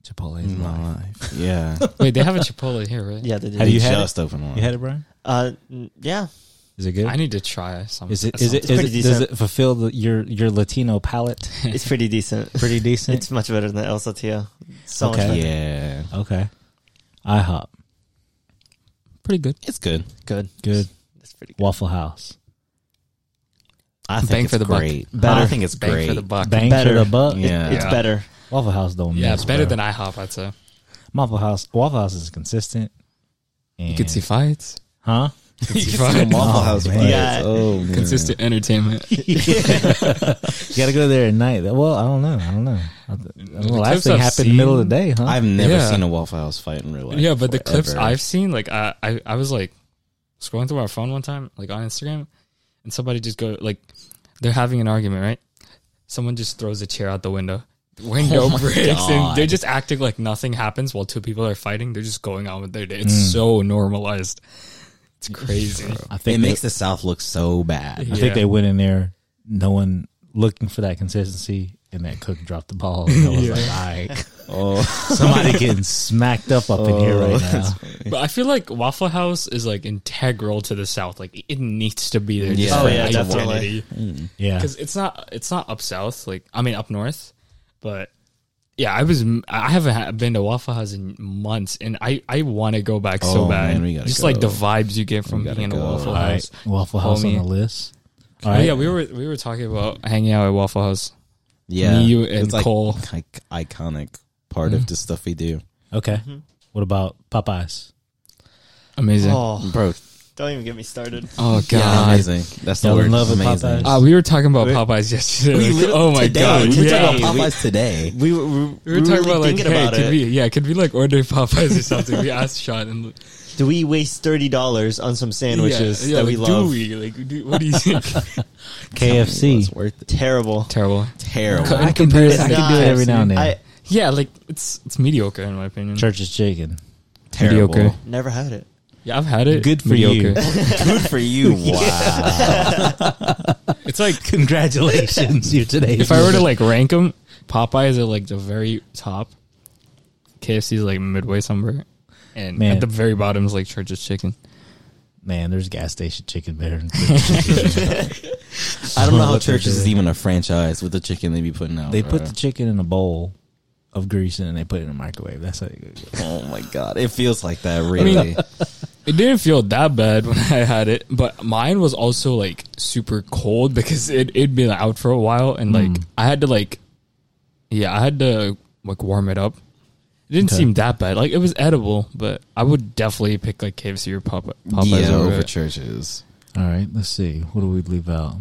Speaker 1: Chipotle is life.
Speaker 2: Yeah.
Speaker 4: wait, they have a Chipotle here, right?
Speaker 3: yeah, they did.
Speaker 1: Have you
Speaker 2: They
Speaker 1: had
Speaker 2: just opened one.
Speaker 1: You had it, Brian?
Speaker 3: Uh, n- yeah,
Speaker 1: Is it good?
Speaker 4: I need to try some.
Speaker 1: Is it
Speaker 4: some-
Speaker 1: is it,
Speaker 3: It's
Speaker 1: is
Speaker 3: pretty
Speaker 1: it does
Speaker 3: decent.
Speaker 1: it fulfill the, your your Latino palate
Speaker 3: it's pretty decent.
Speaker 1: pretty decent?
Speaker 3: It's much better than El Saltillo. So
Speaker 1: Okay.
Speaker 3: much better.
Speaker 2: Yeah.
Speaker 1: okay. IHOP,
Speaker 4: pretty good?
Speaker 2: It's good.
Speaker 3: Good.
Speaker 1: good.
Speaker 3: That's pretty good.
Speaker 1: Waffle House,
Speaker 2: I think
Speaker 4: Bang
Speaker 2: it's
Speaker 4: for the buck.
Speaker 2: great.
Speaker 3: Better.
Speaker 2: I think it's
Speaker 4: Bang
Speaker 2: great.
Speaker 4: for the buck.
Speaker 1: bang
Speaker 3: Better.
Speaker 1: for the buck.
Speaker 2: Yeah.
Speaker 3: It's better.
Speaker 1: Waffle House don't.
Speaker 4: Yeah,
Speaker 1: miss,
Speaker 4: better
Speaker 1: bro.
Speaker 4: than IHOP, I'd say.
Speaker 1: Waffle House. Waffle House is consistent.
Speaker 4: You
Speaker 1: and-
Speaker 4: could see fights.
Speaker 1: huh?
Speaker 4: You could see them all.
Speaker 1: Oh, man.
Speaker 2: bites.
Speaker 3: Yeah.
Speaker 2: Oh, man.
Speaker 4: Consistent entertainment.
Speaker 1: You got to go there at night. Well, I don't know. I don't know. I- The last
Speaker 4: clips
Speaker 1: thing
Speaker 4: I've
Speaker 1: happened in the middle of the day, huh?
Speaker 2: I've never
Speaker 4: Yeah.
Speaker 2: seen a Waffle House fight in real life.
Speaker 4: yeah, but the clips
Speaker 2: forever.
Speaker 4: I've seen, like I, I, I was like scrolling through my phone one time, like on Instagram, and somebody just go like they're having an argument, right? Someone just throws a chair out the window. The
Speaker 2: Oh
Speaker 4: window breaks and they're just acting like nothing happens while two people are fighting. They're just going on with their day. It's
Speaker 2: Mm.
Speaker 4: so normalized. It's crazy.
Speaker 1: I
Speaker 2: It
Speaker 1: think
Speaker 2: makes
Speaker 1: that-
Speaker 2: the South look so bad.
Speaker 1: I think
Speaker 4: Yeah.
Speaker 1: they went in there knowing looking for that consistency, and that cook dropped the ball. And I was like, all right,
Speaker 2: Oh,
Speaker 1: somebody getting smacked up up in here
Speaker 4: Oh,
Speaker 1: right now.
Speaker 4: But I feel like Waffle House is like integral to the South. Like it needs to be there. just
Speaker 2: Yeah.
Speaker 4: for
Speaker 2: Oh, yeah,
Speaker 4: identity.
Speaker 3: definitely.
Speaker 1: Yeah,
Speaker 4: because it's not it's not up south like i mean up north but yeah i was i haven't ha- been to waffle house in months and i i want to go back so
Speaker 2: Oh,
Speaker 4: bad
Speaker 2: man, we gotta
Speaker 4: just
Speaker 2: go.
Speaker 4: like the vibes you get from
Speaker 2: We gotta
Speaker 4: being in a
Speaker 2: go.
Speaker 4: waffle
Speaker 1: all
Speaker 4: house
Speaker 1: right. Waffle House
Speaker 4: Homie.
Speaker 1: on the list. All
Speaker 4: Oh
Speaker 1: right,
Speaker 4: yeah we were we were talking about hanging out at waffle house
Speaker 2: yeah.
Speaker 4: Me, you, and
Speaker 2: it's like
Speaker 4: Cole. Mm.
Speaker 2: ki- iconic part of the stuff we do,
Speaker 1: okay.
Speaker 4: Mm-hmm.
Speaker 1: What about Popeyes?
Speaker 4: amazing oh,
Speaker 3: Oh,
Speaker 2: bro.
Speaker 3: don't even get me started.
Speaker 2: Yeah,
Speaker 4: god
Speaker 2: amazing. That's the
Speaker 1: Y'all in
Speaker 2: word.
Speaker 1: love with
Speaker 2: amazing.
Speaker 1: Popeyes?
Speaker 4: Uh, we were talking about Popeyes yesterday.
Speaker 2: We
Speaker 4: Like,
Speaker 2: lit-
Speaker 4: oh my
Speaker 2: today.
Speaker 4: god!
Speaker 2: We were
Speaker 4: yeah.
Speaker 2: talking about Popeyes today.
Speaker 3: We were, we, were
Speaker 4: We were talking
Speaker 3: really
Speaker 4: about like,
Speaker 3: thinking
Speaker 4: hey,
Speaker 3: about
Speaker 4: could
Speaker 3: it.
Speaker 4: we, yeah, could we like order Popeyes or something? we asked Sean and
Speaker 3: Do we waste thirty dollars on some sandwiches that we
Speaker 4: like,
Speaker 3: love?
Speaker 4: Do we like? Do, what do you think?
Speaker 1: KFC.
Speaker 2: It's worth it.
Speaker 3: Terrible.
Speaker 4: Terrible.
Speaker 2: Terrible.
Speaker 4: In comparison,
Speaker 1: I can do it every now and then.
Speaker 3: I
Speaker 4: Yeah, like it's it's mediocre in my opinion.
Speaker 1: Church's chicken.
Speaker 2: Terrible.
Speaker 4: Mediocre.
Speaker 3: never had it.
Speaker 4: Yeah, I've had it.
Speaker 1: Good for
Speaker 4: mediocre. you.
Speaker 2: Good for you. Wow.
Speaker 4: It's like
Speaker 1: Congratulations, you today.
Speaker 4: if I were to like rank them, Popeyes are like the very top. KFC is like midway somewhere, and
Speaker 1: Man.
Speaker 4: at the very bottom is like Church's Chicken.
Speaker 1: Man, there's gas station chicken better. Than
Speaker 2: I don't know how
Speaker 1: What they
Speaker 2: churches
Speaker 1: do.
Speaker 2: is even a franchise with the chicken they be putting out.
Speaker 1: they put
Speaker 2: bruh.
Speaker 1: the chicken in a bowl of grease and then they put it in a microwave. That's how you go.
Speaker 2: oh my god, it feels like that really.
Speaker 4: It didn't feel that bad when I had it, but mine was also like super cold because it it'd been out for a while, and like I had to like, yeah, I had to like warm it up. It didn't
Speaker 1: Okay.
Speaker 4: seem that bad. Like it was edible, but I would definitely pick like KFC or Pop- Popeyes
Speaker 2: yeah,
Speaker 4: over,
Speaker 2: over
Speaker 4: it.
Speaker 2: churches.
Speaker 1: All right, let's see. What do we leave out?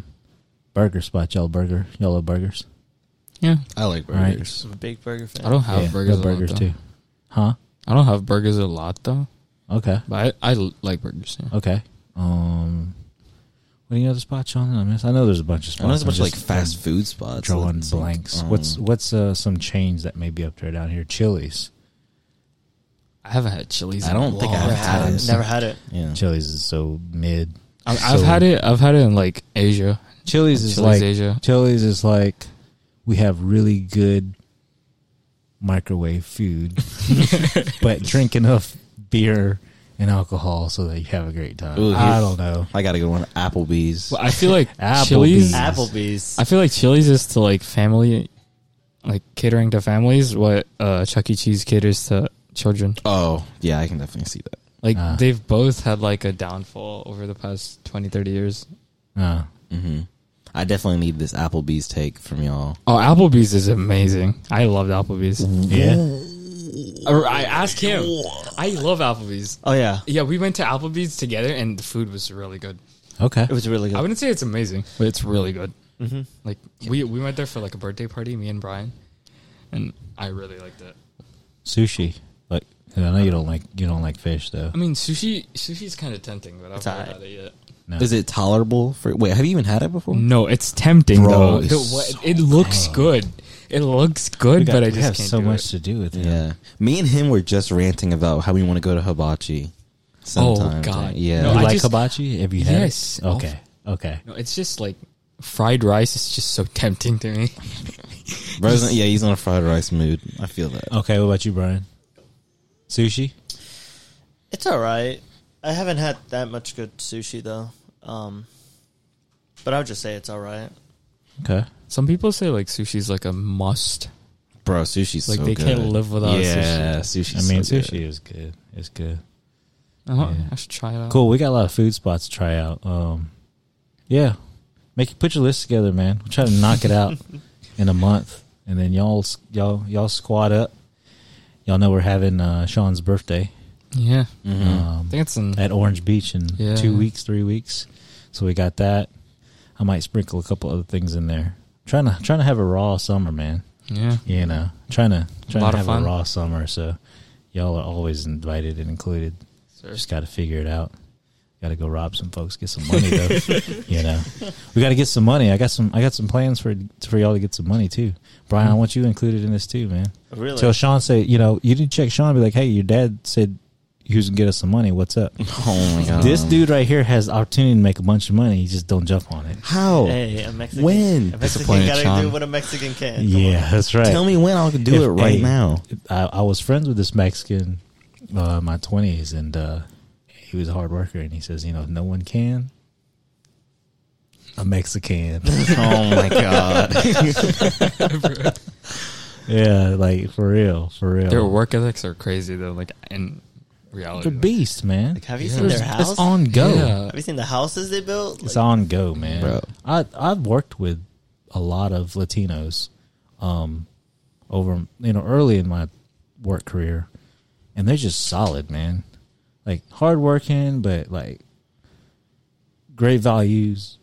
Speaker 1: Burger spot, y'all burger, yellow burgers.
Speaker 4: Yeah,
Speaker 2: I like
Speaker 1: Right.
Speaker 2: burgers.
Speaker 3: I'm a big burger fan.
Speaker 4: I don't have
Speaker 1: yeah,
Speaker 4: burgers.
Speaker 1: no
Speaker 4: a lot,
Speaker 1: burgers
Speaker 4: though.
Speaker 1: too. Huh?
Speaker 4: I don't have burgers a lot though,
Speaker 1: Okay.
Speaker 4: but I, I like burgers. Yeah.
Speaker 1: Okay. Um, what any other spots, Sean? that I miss. I know there's a bunch of spots.
Speaker 2: I know there's a
Speaker 1: I'm
Speaker 2: bunch of like
Speaker 1: just
Speaker 2: fast food spots.
Speaker 1: Drawing
Speaker 2: It's like,
Speaker 1: blanks.
Speaker 2: um,
Speaker 1: what's what's uh, some chains that may be up there down here? Chili's.
Speaker 4: I haven't had Chili's.
Speaker 2: I
Speaker 4: in a
Speaker 2: don't think
Speaker 4: long
Speaker 2: I've
Speaker 4: time.
Speaker 2: had it.
Speaker 3: Never had it.
Speaker 2: Yeah.
Speaker 1: Chili's is so mid.
Speaker 4: I- I've
Speaker 1: So-
Speaker 4: had it. I've had it in like Asia.
Speaker 1: Chili's is
Speaker 4: Chili's
Speaker 1: like
Speaker 4: Asia.
Speaker 1: Chili's is like we have really good microwave food, but drink enough beer and alcohol so that you have a great time.
Speaker 2: Ooh,
Speaker 1: I
Speaker 2: here's-
Speaker 1: don't know.
Speaker 2: I got to go on Applebee's.
Speaker 4: But I feel like
Speaker 1: Applebee's.
Speaker 4: Chili's.
Speaker 3: Applebee's.
Speaker 4: I feel like Chili's is to like family, like catering to families. What uh, Chuck E. Cheese caters to children.
Speaker 2: Oh, yeah, I can definitely see that.
Speaker 4: Like
Speaker 1: Ah.
Speaker 4: they've both had like a downfall over the past 20, 30 years.
Speaker 1: Uh,
Speaker 2: hmm I definitely need this Applebee's take from y'all.
Speaker 4: Oh, Applebee's is amazing. I loved Applebee's.
Speaker 1: yeah,
Speaker 4: Or I asked him. I love Applebee's.
Speaker 3: Oh yeah,
Speaker 4: Yeah, we went to Applebee's together, and the food was really good.
Speaker 1: okay.
Speaker 3: it was really
Speaker 4: I
Speaker 3: good.
Speaker 4: wouldn't say it's amazing, but it's really good. Like we we went there for like a birthday party, me and Brian, and I really liked it.
Speaker 1: Sushi. Like I know you don't like you don't like fish though.
Speaker 4: I mean, sushi sushi's kind of tempting, but I've
Speaker 3: It's
Speaker 4: not
Speaker 3: alright.
Speaker 4: had it yet.
Speaker 1: No.
Speaker 2: Is it tolerable for? Wait, have you even had it before?
Speaker 4: No, it's tempting
Speaker 2: Bro,
Speaker 4: though.
Speaker 2: it's
Speaker 4: The- what- it looks good. It looks good,
Speaker 1: We got-
Speaker 4: but I
Speaker 1: we
Speaker 4: just
Speaker 1: have
Speaker 4: can't
Speaker 1: so
Speaker 4: do
Speaker 1: much
Speaker 4: It.
Speaker 1: to do with it.
Speaker 2: Yeah, me and him were just ranting about how we want to go to hibachi. Sometime.
Speaker 4: God.
Speaker 2: Yeah,
Speaker 4: No,
Speaker 1: You
Speaker 4: I
Speaker 1: like
Speaker 4: just-
Speaker 1: hibachi? Have you had it?
Speaker 4: Yes.
Speaker 1: Okay. Okay.
Speaker 4: No, it's just like fried rice is just so tempting to me.
Speaker 2: Bro's- yeah, he's on a fried rice mood. I feel that.
Speaker 1: Okay. What about you, Brian? Sushi.
Speaker 3: It's all right. I haven't had that much good sushi though. Um, but I would just say it's all right.
Speaker 1: Okay.
Speaker 4: Some people say like sushi's like a must.
Speaker 2: Bro, sushi's
Speaker 4: Like,
Speaker 2: so
Speaker 4: they can't
Speaker 2: good.
Speaker 4: live without
Speaker 2: yeah, sushi.
Speaker 1: I mean,
Speaker 2: so
Speaker 1: sushi
Speaker 2: good.
Speaker 1: is good. It's good.
Speaker 4: I, want-
Speaker 1: Yeah.
Speaker 4: Uh-huh. I should try it out.
Speaker 1: Oh. Cool. We got a lot of food spots to try out. Um, yeah. Make you put your list together, man. We'll try to knock it out in a month, and then y'all y'all y'all squad up. Y'all know we're having uh, Sean's birthday
Speaker 4: Yeah,
Speaker 2: Mhm.
Speaker 4: I
Speaker 1: um,
Speaker 4: think it's in.
Speaker 1: at Orange Beach in
Speaker 4: Yeah.
Speaker 1: two weeks, three weeks. So we got that. I might sprinkle a couple other things in there. Trying to trying to have a raw summer, man.
Speaker 4: Yeah,
Speaker 1: You know, trying to trying
Speaker 4: lot
Speaker 1: to have
Speaker 4: of fun.
Speaker 1: a raw summer. So y'all are always invited and included. Just got to figure it out. Got to go rob some folks, get some money though. you know, we got to get some money. I got some. I got some plans for for y'all to get some money too. Brian, I
Speaker 4: Mm-hmm.
Speaker 1: want you included in this too, man.
Speaker 3: Really?
Speaker 1: Till Sean say, you know, you didn't check Sean. Be like, hey, your dad said he was gonna get us some money. What's up?
Speaker 2: Oh my god,
Speaker 1: this dude right here has the opportunity to make a bunch of money. He just don't jump on it.
Speaker 2: How?
Speaker 3: Hey, a Mexican.
Speaker 2: When?
Speaker 3: a Mexican
Speaker 4: Disappointed,
Speaker 3: gotta
Speaker 4: Sean.
Speaker 3: do what a Mexican can. Come
Speaker 1: yeah, that's right.
Speaker 2: Tell me when I can do
Speaker 1: If-
Speaker 2: it right
Speaker 1: hey,
Speaker 2: now.
Speaker 1: I, I was friends with this Mexican uh, in my twenties, and uh, he was a hard worker. And he says, you know, no one can. A Mexican,
Speaker 2: oh my god.
Speaker 1: yeah, like for real, for real.
Speaker 4: their work ethics are crazy though. Like in reality,
Speaker 1: They're beast, man.
Speaker 3: Like, have you
Speaker 4: Yeah.
Speaker 3: seen their
Speaker 1: It's-
Speaker 3: house?
Speaker 1: It's on go.
Speaker 4: Yeah.
Speaker 3: Have you seen the houses they built?
Speaker 1: It's
Speaker 3: Like,
Speaker 1: on go, man.
Speaker 2: Bro.
Speaker 1: I I've worked with a lot of Latinos, um, over you know early in my work career, and they're just solid, man. Like hardworking, but like great values,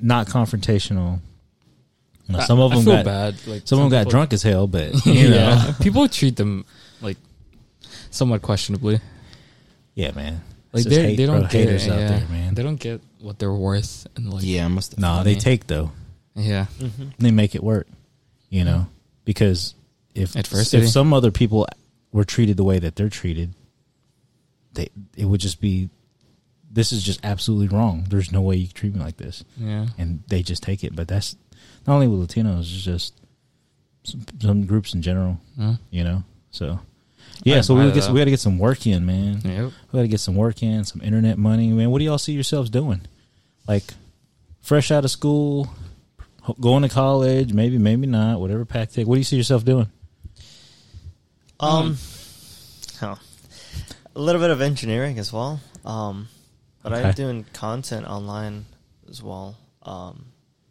Speaker 1: not confrontational. You know,
Speaker 4: I-
Speaker 1: some of
Speaker 4: I
Speaker 1: them
Speaker 4: feel
Speaker 1: got
Speaker 4: bad. Like
Speaker 1: some of them got
Speaker 4: people-
Speaker 1: drunk as hell, but you know, yeah.
Speaker 4: yeah, people treat them like somewhat questionably.
Speaker 1: man.
Speaker 4: Like
Speaker 1: It's just
Speaker 4: they,
Speaker 1: hate,
Speaker 4: they
Speaker 1: bro.
Speaker 4: don't get
Speaker 1: haters
Speaker 4: it,
Speaker 1: out
Speaker 4: yeah.
Speaker 1: there, man.
Speaker 4: They don't get what they're worth and like
Speaker 2: yeah, I must.
Speaker 1: No, nah, they take though.
Speaker 4: yeah.
Speaker 1: they make it work, you know, because if
Speaker 4: Adversity.
Speaker 1: if some other people were treated the way that they're treated, they it would just be this is just absolutely wrong. There's no way you can treat me like this,
Speaker 4: Yeah.
Speaker 1: and they just take it. But that's not only with Latinos, it's just some, some groups in general,
Speaker 4: Mm.
Speaker 1: you know. So Yeah,
Speaker 4: I
Speaker 1: so we
Speaker 4: admire
Speaker 1: would get
Speaker 4: that.
Speaker 1: we got to get some work in, man.
Speaker 4: Yep.
Speaker 1: We got to get some work in, some internet money, man. What do y'all see yourselves doing? Like, fresh out of school, ho- going to college, maybe, maybe not. Whatever pack take. What do you see yourself doing?
Speaker 3: Um, oh, a little bit of engineering as well. Um, but I'm
Speaker 1: Okay.
Speaker 3: doing content online as well. Um,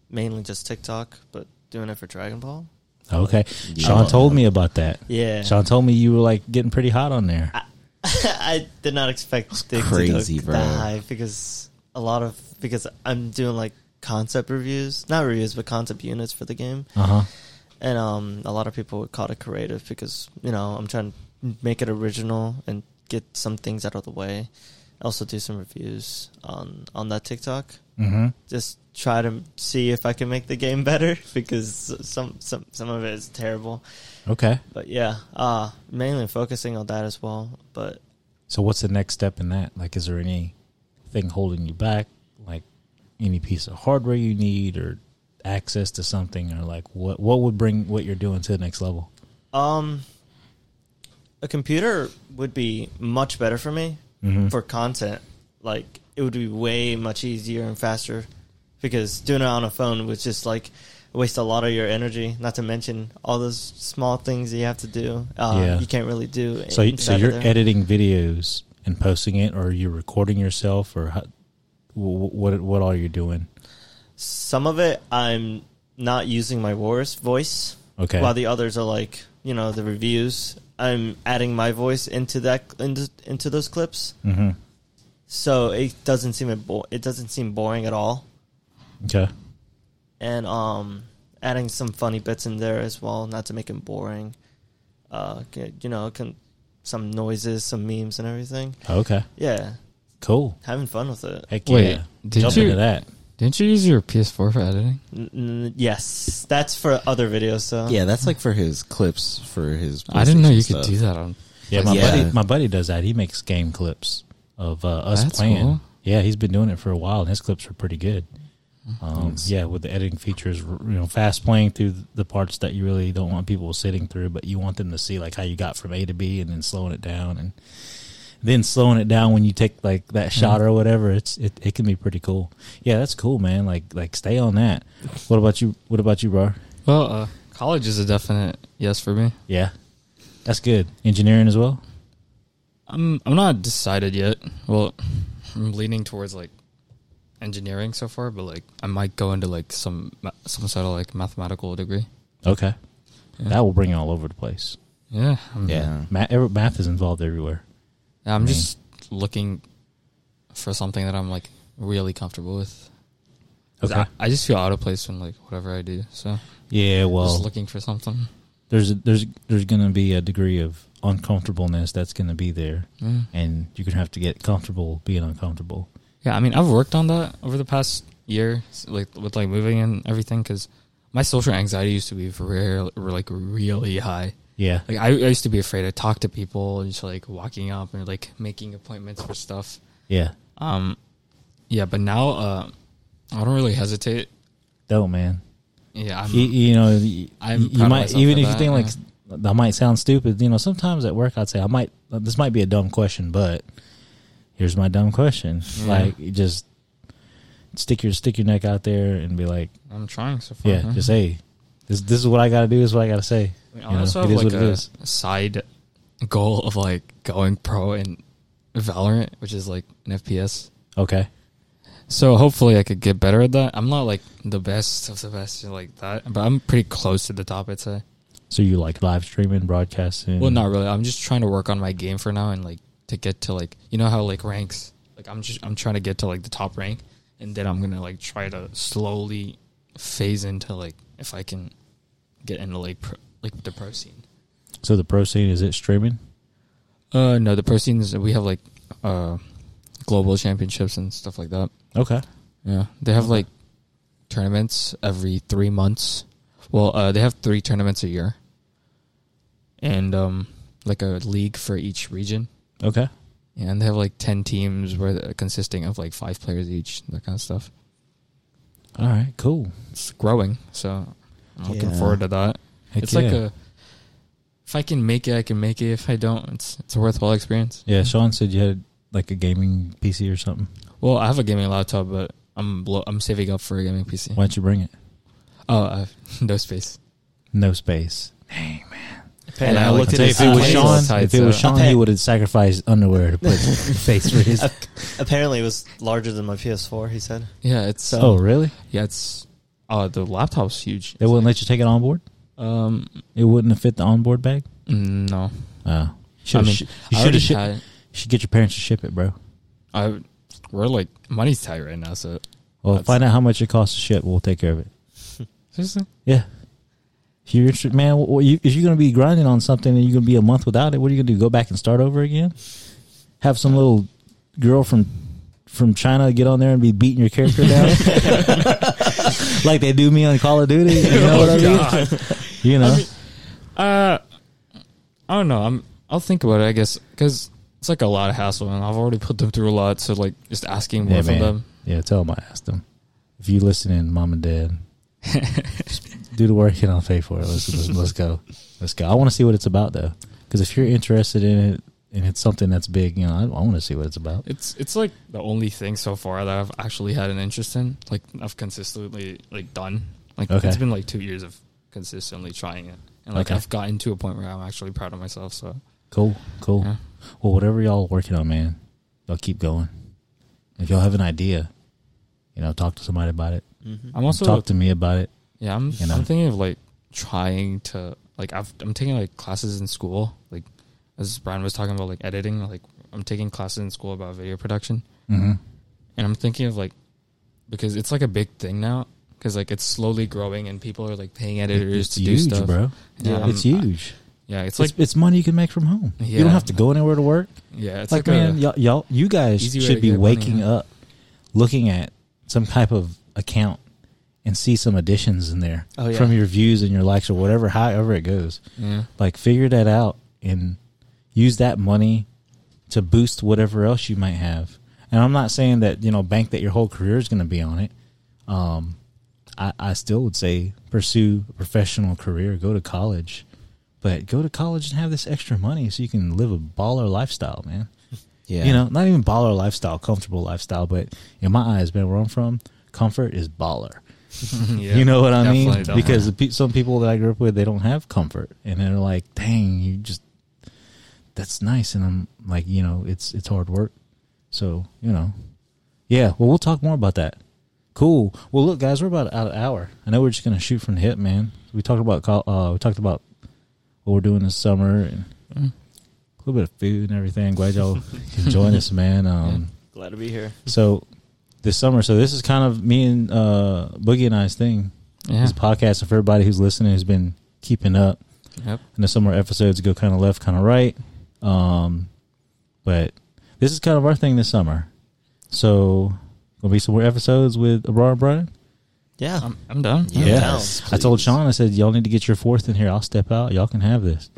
Speaker 3: mainly just TikTok, but doing it for Dragon Ball.
Speaker 1: Okay,
Speaker 2: Yeah.
Speaker 1: Sean told me about that.
Speaker 3: Yeah,
Speaker 1: Sean told me you were like getting pretty hot on there.
Speaker 3: I did not expect things
Speaker 2: crazy,
Speaker 3: to go
Speaker 2: bro.
Speaker 3: that high because a lot of because I'm doing like concept reviews, not reviews, but concept units for the game.
Speaker 1: Uh huh.
Speaker 3: and um, a lot of people would call it creative because you know I'm trying to make it original and get some things out of the way. Also, do some reviews on on that TikTok.
Speaker 1: Mm-hmm.
Speaker 3: Just try to see if I can make the game better because some some some of it is terrible.
Speaker 1: Okay.
Speaker 3: But yeah, uh mainly focusing on that as well. But
Speaker 1: So what's the next step in that? Like, is there any thing holding you back? Like any piece of hardware you need or access to something or like what what would bring what you're doing to the next level?
Speaker 3: um, a computer would be much better for me
Speaker 1: Mhm.
Speaker 3: for content, like it would be way much easier and faster because doing it on a phone was just like waste a lot of your energy. Not to mention all those small things that you have to do. Uh,
Speaker 1: Yeah.
Speaker 3: you can't really do.
Speaker 1: So
Speaker 3: inside
Speaker 1: so
Speaker 3: of
Speaker 1: you're
Speaker 3: there.
Speaker 1: editing videos and posting it or you're recording yourself or how, wh- wh- what what all you're doing?
Speaker 3: Some of it I'm not using my voice, voice,
Speaker 1: Okay.
Speaker 3: while the others are like you know the reviews. I'm adding my voice into that into, into those clips,
Speaker 1: Mhm.
Speaker 3: so it doesn't seem a bo- it doesn't seem boring at all.
Speaker 1: Okay.
Speaker 3: and um, adding some funny bits in there as well, not to make it boring. Uh, c- you know, can, some noises, some memes, and everything.
Speaker 1: Okay.
Speaker 3: Yeah,
Speaker 1: Cool.
Speaker 3: having fun with it.
Speaker 1: Heck
Speaker 4: Wait,
Speaker 1: yeah.
Speaker 4: did
Speaker 1: Jump
Speaker 4: you-
Speaker 1: into that.
Speaker 4: Didn't you use your PS4 for editing?
Speaker 3: N- n- yes, that's for other videos. So
Speaker 2: Yeah, that's like for his clips for his.
Speaker 4: I didn't know
Speaker 2: PlayStation
Speaker 4: you
Speaker 2: stuff.
Speaker 4: could do that on.
Speaker 1: Yeah, my
Speaker 2: Yeah.
Speaker 1: buddy, my buddy does that. He makes game clips of uh, us
Speaker 4: That's
Speaker 1: playing.
Speaker 4: cool.
Speaker 1: Yeah, he's been doing it for a while, and his clips are pretty good. Um, yeah, with the editing features, r- you know, fast playing through the parts that you really don't want people sitting through, but you want them to see like how you got from A to B, and then slowing it down, and then slowing it down when you take like that
Speaker 4: Mm-hmm.
Speaker 1: shot or whatever. It's it, it can be pretty cool. Yeah, that's cool, man. Like like stay on that. What about you? What about you, bro?
Speaker 4: Well, uh, college is a definite yes for me.
Speaker 1: Yeah, that's good. Engineering as well.
Speaker 4: I'm I'm not decided yet. Well, I'm leaning towards like engineering so far, but like I might go into like some ma- some sort of like mathematical degree.
Speaker 1: Okay,
Speaker 4: Yeah.
Speaker 1: that will bring you all over the place.
Speaker 4: Yeah, I'm,
Speaker 2: Yeah,
Speaker 1: Math, every, math is involved everywhere.
Speaker 4: I'm just looking for something that I'm like really comfortable with. 'Cause
Speaker 1: Okay.
Speaker 4: I, I just feel out of place in like whatever I do. So
Speaker 1: Yeah,
Speaker 4: just
Speaker 1: well,
Speaker 4: looking for something.
Speaker 1: there's there's there's going to be a degree of uncomfortableness that's going to be there,
Speaker 4: Yeah.
Speaker 1: and you're going to have to get comfortable being uncomfortable.
Speaker 4: Yeah, I mean, I've worked on that over the past year, s- like with like moving and everything, because my social anxiety used to be real, like really high.
Speaker 1: Yeah,
Speaker 4: Like I, I used to be afraid to talk to people, and just like walking up and like making appointments for stuff.
Speaker 1: yeah.
Speaker 4: Um, yeah, but now uh, I don't really hesitate.
Speaker 1: Don't man.
Speaker 4: Yeah, I'm,
Speaker 1: You, you know, you,
Speaker 4: I'm proud
Speaker 1: you
Speaker 4: of
Speaker 1: might
Speaker 4: Mm. myself
Speaker 1: even
Speaker 4: for
Speaker 1: if you
Speaker 4: that,
Speaker 1: think like I might sound stupid. You know, sometimes at work I'd say I might uh, this might be a dumb question, but here's my dumb question.
Speaker 4: Yeah.
Speaker 1: Like you just stick your stick your neck out there and be like,
Speaker 4: I'm trying so far.
Speaker 1: yeah,
Speaker 4: huh?
Speaker 1: just hey, this this is what I got to do. This is what I got to say.
Speaker 4: I mean,
Speaker 1: you
Speaker 4: Oh, I
Speaker 1: know,
Speaker 4: also
Speaker 1: it is
Speaker 4: have
Speaker 1: what
Speaker 4: like uh,
Speaker 1: it
Speaker 4: a
Speaker 1: is.
Speaker 4: side goal of like going pro in Valorant, which is like an FPS.
Speaker 1: Okay.
Speaker 4: So hopefully I could get better at that. I'm not like the best of the best you know, like that, but I'm pretty close to the top. I'd say.
Speaker 1: So you like live streaming, broadcasting?
Speaker 4: Well, not really. I'm just trying to work on my game for now and like to get to like you know how like ranks. Like I'm just I'm trying to get to like the top rank, and then I'm gonna like try to slowly phase into like if I can get into like pro, like the pro scene.
Speaker 1: So the pro scene is it streaming?
Speaker 4: Uh no, the pro scenes we have like uh global championships and stuff like that.
Speaker 1: Okay.
Speaker 4: Yeah, they have like tournaments every three months. Well, uh, they have three tournaments a year, and um, like a league for each region.
Speaker 1: Okay.
Speaker 4: Yeah, and they have like ten teams, where they're consisting of like five players each, that kind of stuff.
Speaker 1: All right. Cool.
Speaker 4: It's growing, so I'm looking
Speaker 2: Yeah.
Speaker 4: forward to that.
Speaker 1: Heck
Speaker 4: it's like
Speaker 1: yeah.
Speaker 4: a if I can make it, I can make it. If I don't, it's it's a worthwhile experience.
Speaker 1: Yeah, Sean said you had like a gaming PC or something.
Speaker 4: Well, I have a gaming laptop, but I'm lo- I'm saving up for a gaming PC.
Speaker 1: Why don't you bring it?
Speaker 4: Oh, I have no space.
Speaker 1: No space.
Speaker 4: And I
Speaker 1: I'll
Speaker 4: looked at
Speaker 1: tell you,
Speaker 4: his
Speaker 1: if it was
Speaker 4: eyes.
Speaker 1: Sean, if it was
Speaker 4: So-
Speaker 1: Sean,
Speaker 3: Okay.
Speaker 1: he would have sacrificed underwear to put face for his.
Speaker 3: Apparently, it was larger than my PS4. He said.
Speaker 4: Yeah, it's um,
Speaker 3: So-
Speaker 1: Oh, really?
Speaker 4: yeah, it's oh the laptop's huge.
Speaker 1: They wouldn't let you take it on board.
Speaker 4: Um,
Speaker 1: It wouldn't have fit the onboard bag.
Speaker 4: no,
Speaker 1: Oh,
Speaker 4: I
Speaker 1: should
Speaker 4: mean,
Speaker 1: sh-
Speaker 4: I
Speaker 1: you should
Speaker 4: already
Speaker 1: have shi-
Speaker 4: had-
Speaker 1: should get your parents to ship it, bro.
Speaker 4: I we're like money's tight right now, so
Speaker 1: Well,
Speaker 4: That's-
Speaker 1: find out how much it costs to ship. We'll take care of it.
Speaker 4: seriously,
Speaker 1: Yeah. If you're interested, man, wh- wh- you, if you're going to be grinding on something and you're going to be a month without it, what are you going to do? Go back and start over again? Have some little girl from from China get on there and be beating your character down like they do me on Call of Duty? You know what I mean? You know?
Speaker 4: Uh, I don't know. I'm. I'll think about it. I guess because it's like a lot of hassle, and I've already put them through a lot. So like, just asking more
Speaker 1: yeah,
Speaker 4: from
Speaker 1: man.
Speaker 4: them.
Speaker 1: Yeah, tell them I asked them. If you listening, mom and dad, just do the work and I'll pay for it. Let's, let's, let's go. Let's go. I want to see what it's about, though. Because if you're interested in it and it's something that's big, you know, I, I want to see what it's about.
Speaker 4: It's it's like the only thing so far that I've actually had an interest in. Like I've consistently like done. Like
Speaker 1: Okay.
Speaker 4: it's been like two years of consistently trying it, and like
Speaker 1: Okay.
Speaker 4: I've gotten to a point where I'm actually proud of myself. So
Speaker 1: Cool, cool.
Speaker 4: Yeah.
Speaker 1: Well, whatever y'all working on, man, y'all keep going. If y'all have an idea, you know, talk to somebody about it.
Speaker 4: I'm also
Speaker 1: talk to me about it.
Speaker 4: yeah. I'm
Speaker 1: you know.
Speaker 4: I'm thinking of like trying to like I've, I'm taking like classes in school. Like as Brian was talking about like editing. Like I'm taking classes in school about video production.
Speaker 1: Mm-hmm.
Speaker 4: and I'm thinking of like because it's like a big thing now because like it's slowly growing and people are like paying editors
Speaker 1: it's
Speaker 4: to
Speaker 1: huge,
Speaker 4: do stuff.
Speaker 1: bro.
Speaker 4: Yeah, I'm-
Speaker 1: it's huge.
Speaker 4: Yeah, it's
Speaker 1: It's,
Speaker 4: like
Speaker 1: it's money you can make from home. You
Speaker 4: Yeah.
Speaker 1: don't have to go anywhere to work.
Speaker 4: yeah, it's
Speaker 1: like,
Speaker 4: like,
Speaker 1: man,
Speaker 4: a,
Speaker 1: y'all, y'all, you guys
Speaker 4: easy way
Speaker 1: should
Speaker 4: to
Speaker 1: be
Speaker 4: get money,
Speaker 1: waking
Speaker 4: huh?
Speaker 1: up, looking at some type of account, and see some additions in there
Speaker 3: Oh, yeah.
Speaker 1: from your views and your likes or whatever, however it goes.
Speaker 4: yeah,
Speaker 1: like figure that out and use that money to boost whatever else you might have and i'm not saying that you know bank that your whole career is going to be on it um i i still would say pursue a professional career go to college but go to college and have this extra money so you can live a baller lifestyle man
Speaker 2: Yeah.
Speaker 1: you know not even baller lifestyle comfortable lifestyle but in my eyes man where i'm from comfort is baller
Speaker 4: yeah.
Speaker 1: you know what I
Speaker 4: Definitely
Speaker 1: mean?
Speaker 4: don't.
Speaker 1: Because the pe- some people that I grew up with, they don't have comfort, and they're like, "Dang, you just that's nice." And I'm like, you know, it's it's hard work. So you know, yeah. Well, we'll talk more about that. Cool. Well, look, guys, we're about out of hour. I know we're just gonna shoot from the hip, man. We talked about col- uh, we talked about what we're doing this summer and
Speaker 4: Mm.
Speaker 1: a little bit of food and everything. Glad y'all can join us, man. Um,
Speaker 3: Glad to be here.
Speaker 1: So this summer, so this is kind of me and uh, Boogie and I's thing.
Speaker 4: yeah,
Speaker 1: This podcast, and for everybody who's listening, who's been keeping up.
Speaker 4: Yep.
Speaker 1: I know some of our episodes go kind of left, kind of right. Um, but this is kind of our thing this summer. So, gonna be some more episodes with Abrar and Brian.
Speaker 3: Yeah.
Speaker 4: I'm I'm done.
Speaker 2: Yeah.
Speaker 3: Yes,
Speaker 1: I told Sean, I said, y'all need to get your fourth in here. I'll step out. Y'all can have this.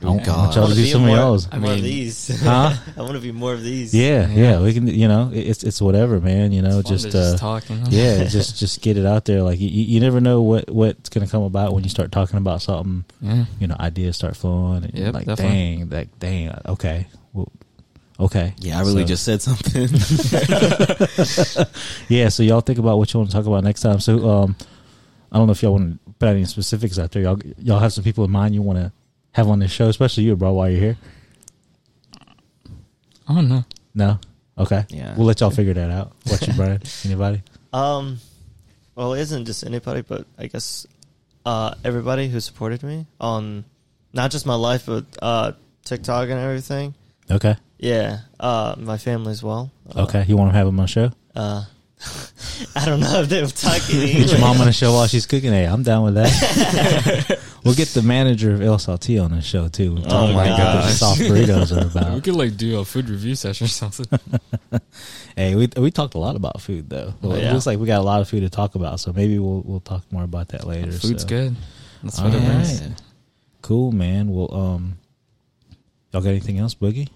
Speaker 1: I don't
Speaker 2: Oh, God.
Speaker 1: want y'all to do some of y'all's.
Speaker 3: I more
Speaker 4: mean-
Speaker 3: of these.
Speaker 1: Huh?
Speaker 3: I want to be more of these.
Speaker 1: Yeah,
Speaker 4: Yeah.
Speaker 1: yeah. We can, you know, it- it's it's whatever, man. You know,
Speaker 4: It's fun
Speaker 1: just
Speaker 4: to
Speaker 1: uh,
Speaker 4: talking.
Speaker 1: yeah, just just get it out there. Like you, you never know what what's gonna come about when you start talking about something.
Speaker 4: yeah,
Speaker 1: you know, ideas start flowing. And
Speaker 4: Yep,
Speaker 1: like,
Speaker 4: definitely.
Speaker 1: dang, like, dang, okay. Well, okay.
Speaker 2: Yeah, I really
Speaker 1: So-
Speaker 2: just said something.
Speaker 1: Yeah, so y'all think about what you want to talk about next time. So, um, I don't know if y'all want to put any specifics out there. Y'all, y'all have some people in mind you want to have on this show, especially you, bro, while you're here.
Speaker 4: I don't know.
Speaker 1: No? Okay.
Speaker 2: Yeah.
Speaker 1: We'll let y'all figure that out. What you, Brian? Anybody?
Speaker 3: Um, well, it isn't just anybody, but I guess uh, everybody who supported me on not just my life, but uh, TikTok and everything.
Speaker 1: Okay.
Speaker 3: Yeah, uh, my family as well. Uh,
Speaker 1: Okay. You want to have them on the show?
Speaker 3: Uh, I don't know if they're talking.
Speaker 1: Get your
Speaker 3: English.
Speaker 1: mom on the show while she's cooking. Hey, I'm down with that. we'll get the manager of El Saltillo on the show, too. We'll talk
Speaker 3: Oh my
Speaker 1: about what the
Speaker 3: gosh.
Speaker 1: soft burritos are about.
Speaker 4: We could like do a food review session or something.
Speaker 1: Hey, we we talked a lot about food though.
Speaker 4: Oh,
Speaker 1: Well, It
Speaker 3: yeah.
Speaker 1: looks like we got a lot of food to talk about, so maybe we'll we'll talk more about that later.
Speaker 4: Food's
Speaker 1: so.
Speaker 4: good. That's
Speaker 1: All
Speaker 4: what it brings.
Speaker 1: right. Cool, man. Well, um, y'all got anything else, Boogie?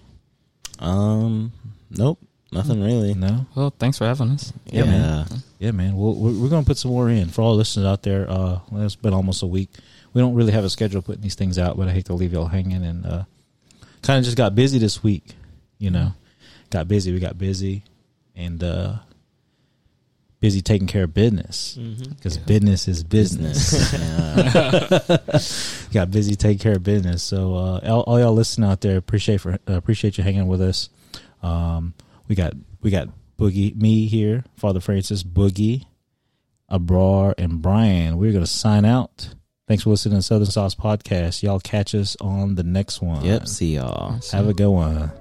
Speaker 2: um, nope, nothing really.
Speaker 1: No.
Speaker 4: Well, thanks for having us.
Speaker 1: Yeah,
Speaker 2: Yeah,
Speaker 1: man. Yeah, man. We'll, we're we're going to put some more in for all the listeners out there. Uh, well, it's been almost a week. We don't really have a schedule putting these things out, but I hate to leave y'all hanging and uh, kind of just got busy this week. You know, got busy. We got busy and uh, busy taking care of business
Speaker 3: Mm-hmm.
Speaker 1: because business is business.
Speaker 2: yeah.
Speaker 1: got busy taking care of business. So uh, all, all y'all listening out there, appreciate for uh, appreciate you hanging with us. Um, we got we got Boogie me here, Father Francis, Boogie, Abrar, and Brian. We're gonna sign out. Thanks for listening to Southern Sauce Podcast. Y'all catch us on the next one.
Speaker 2: yep. See y'all.
Speaker 1: Have a good one.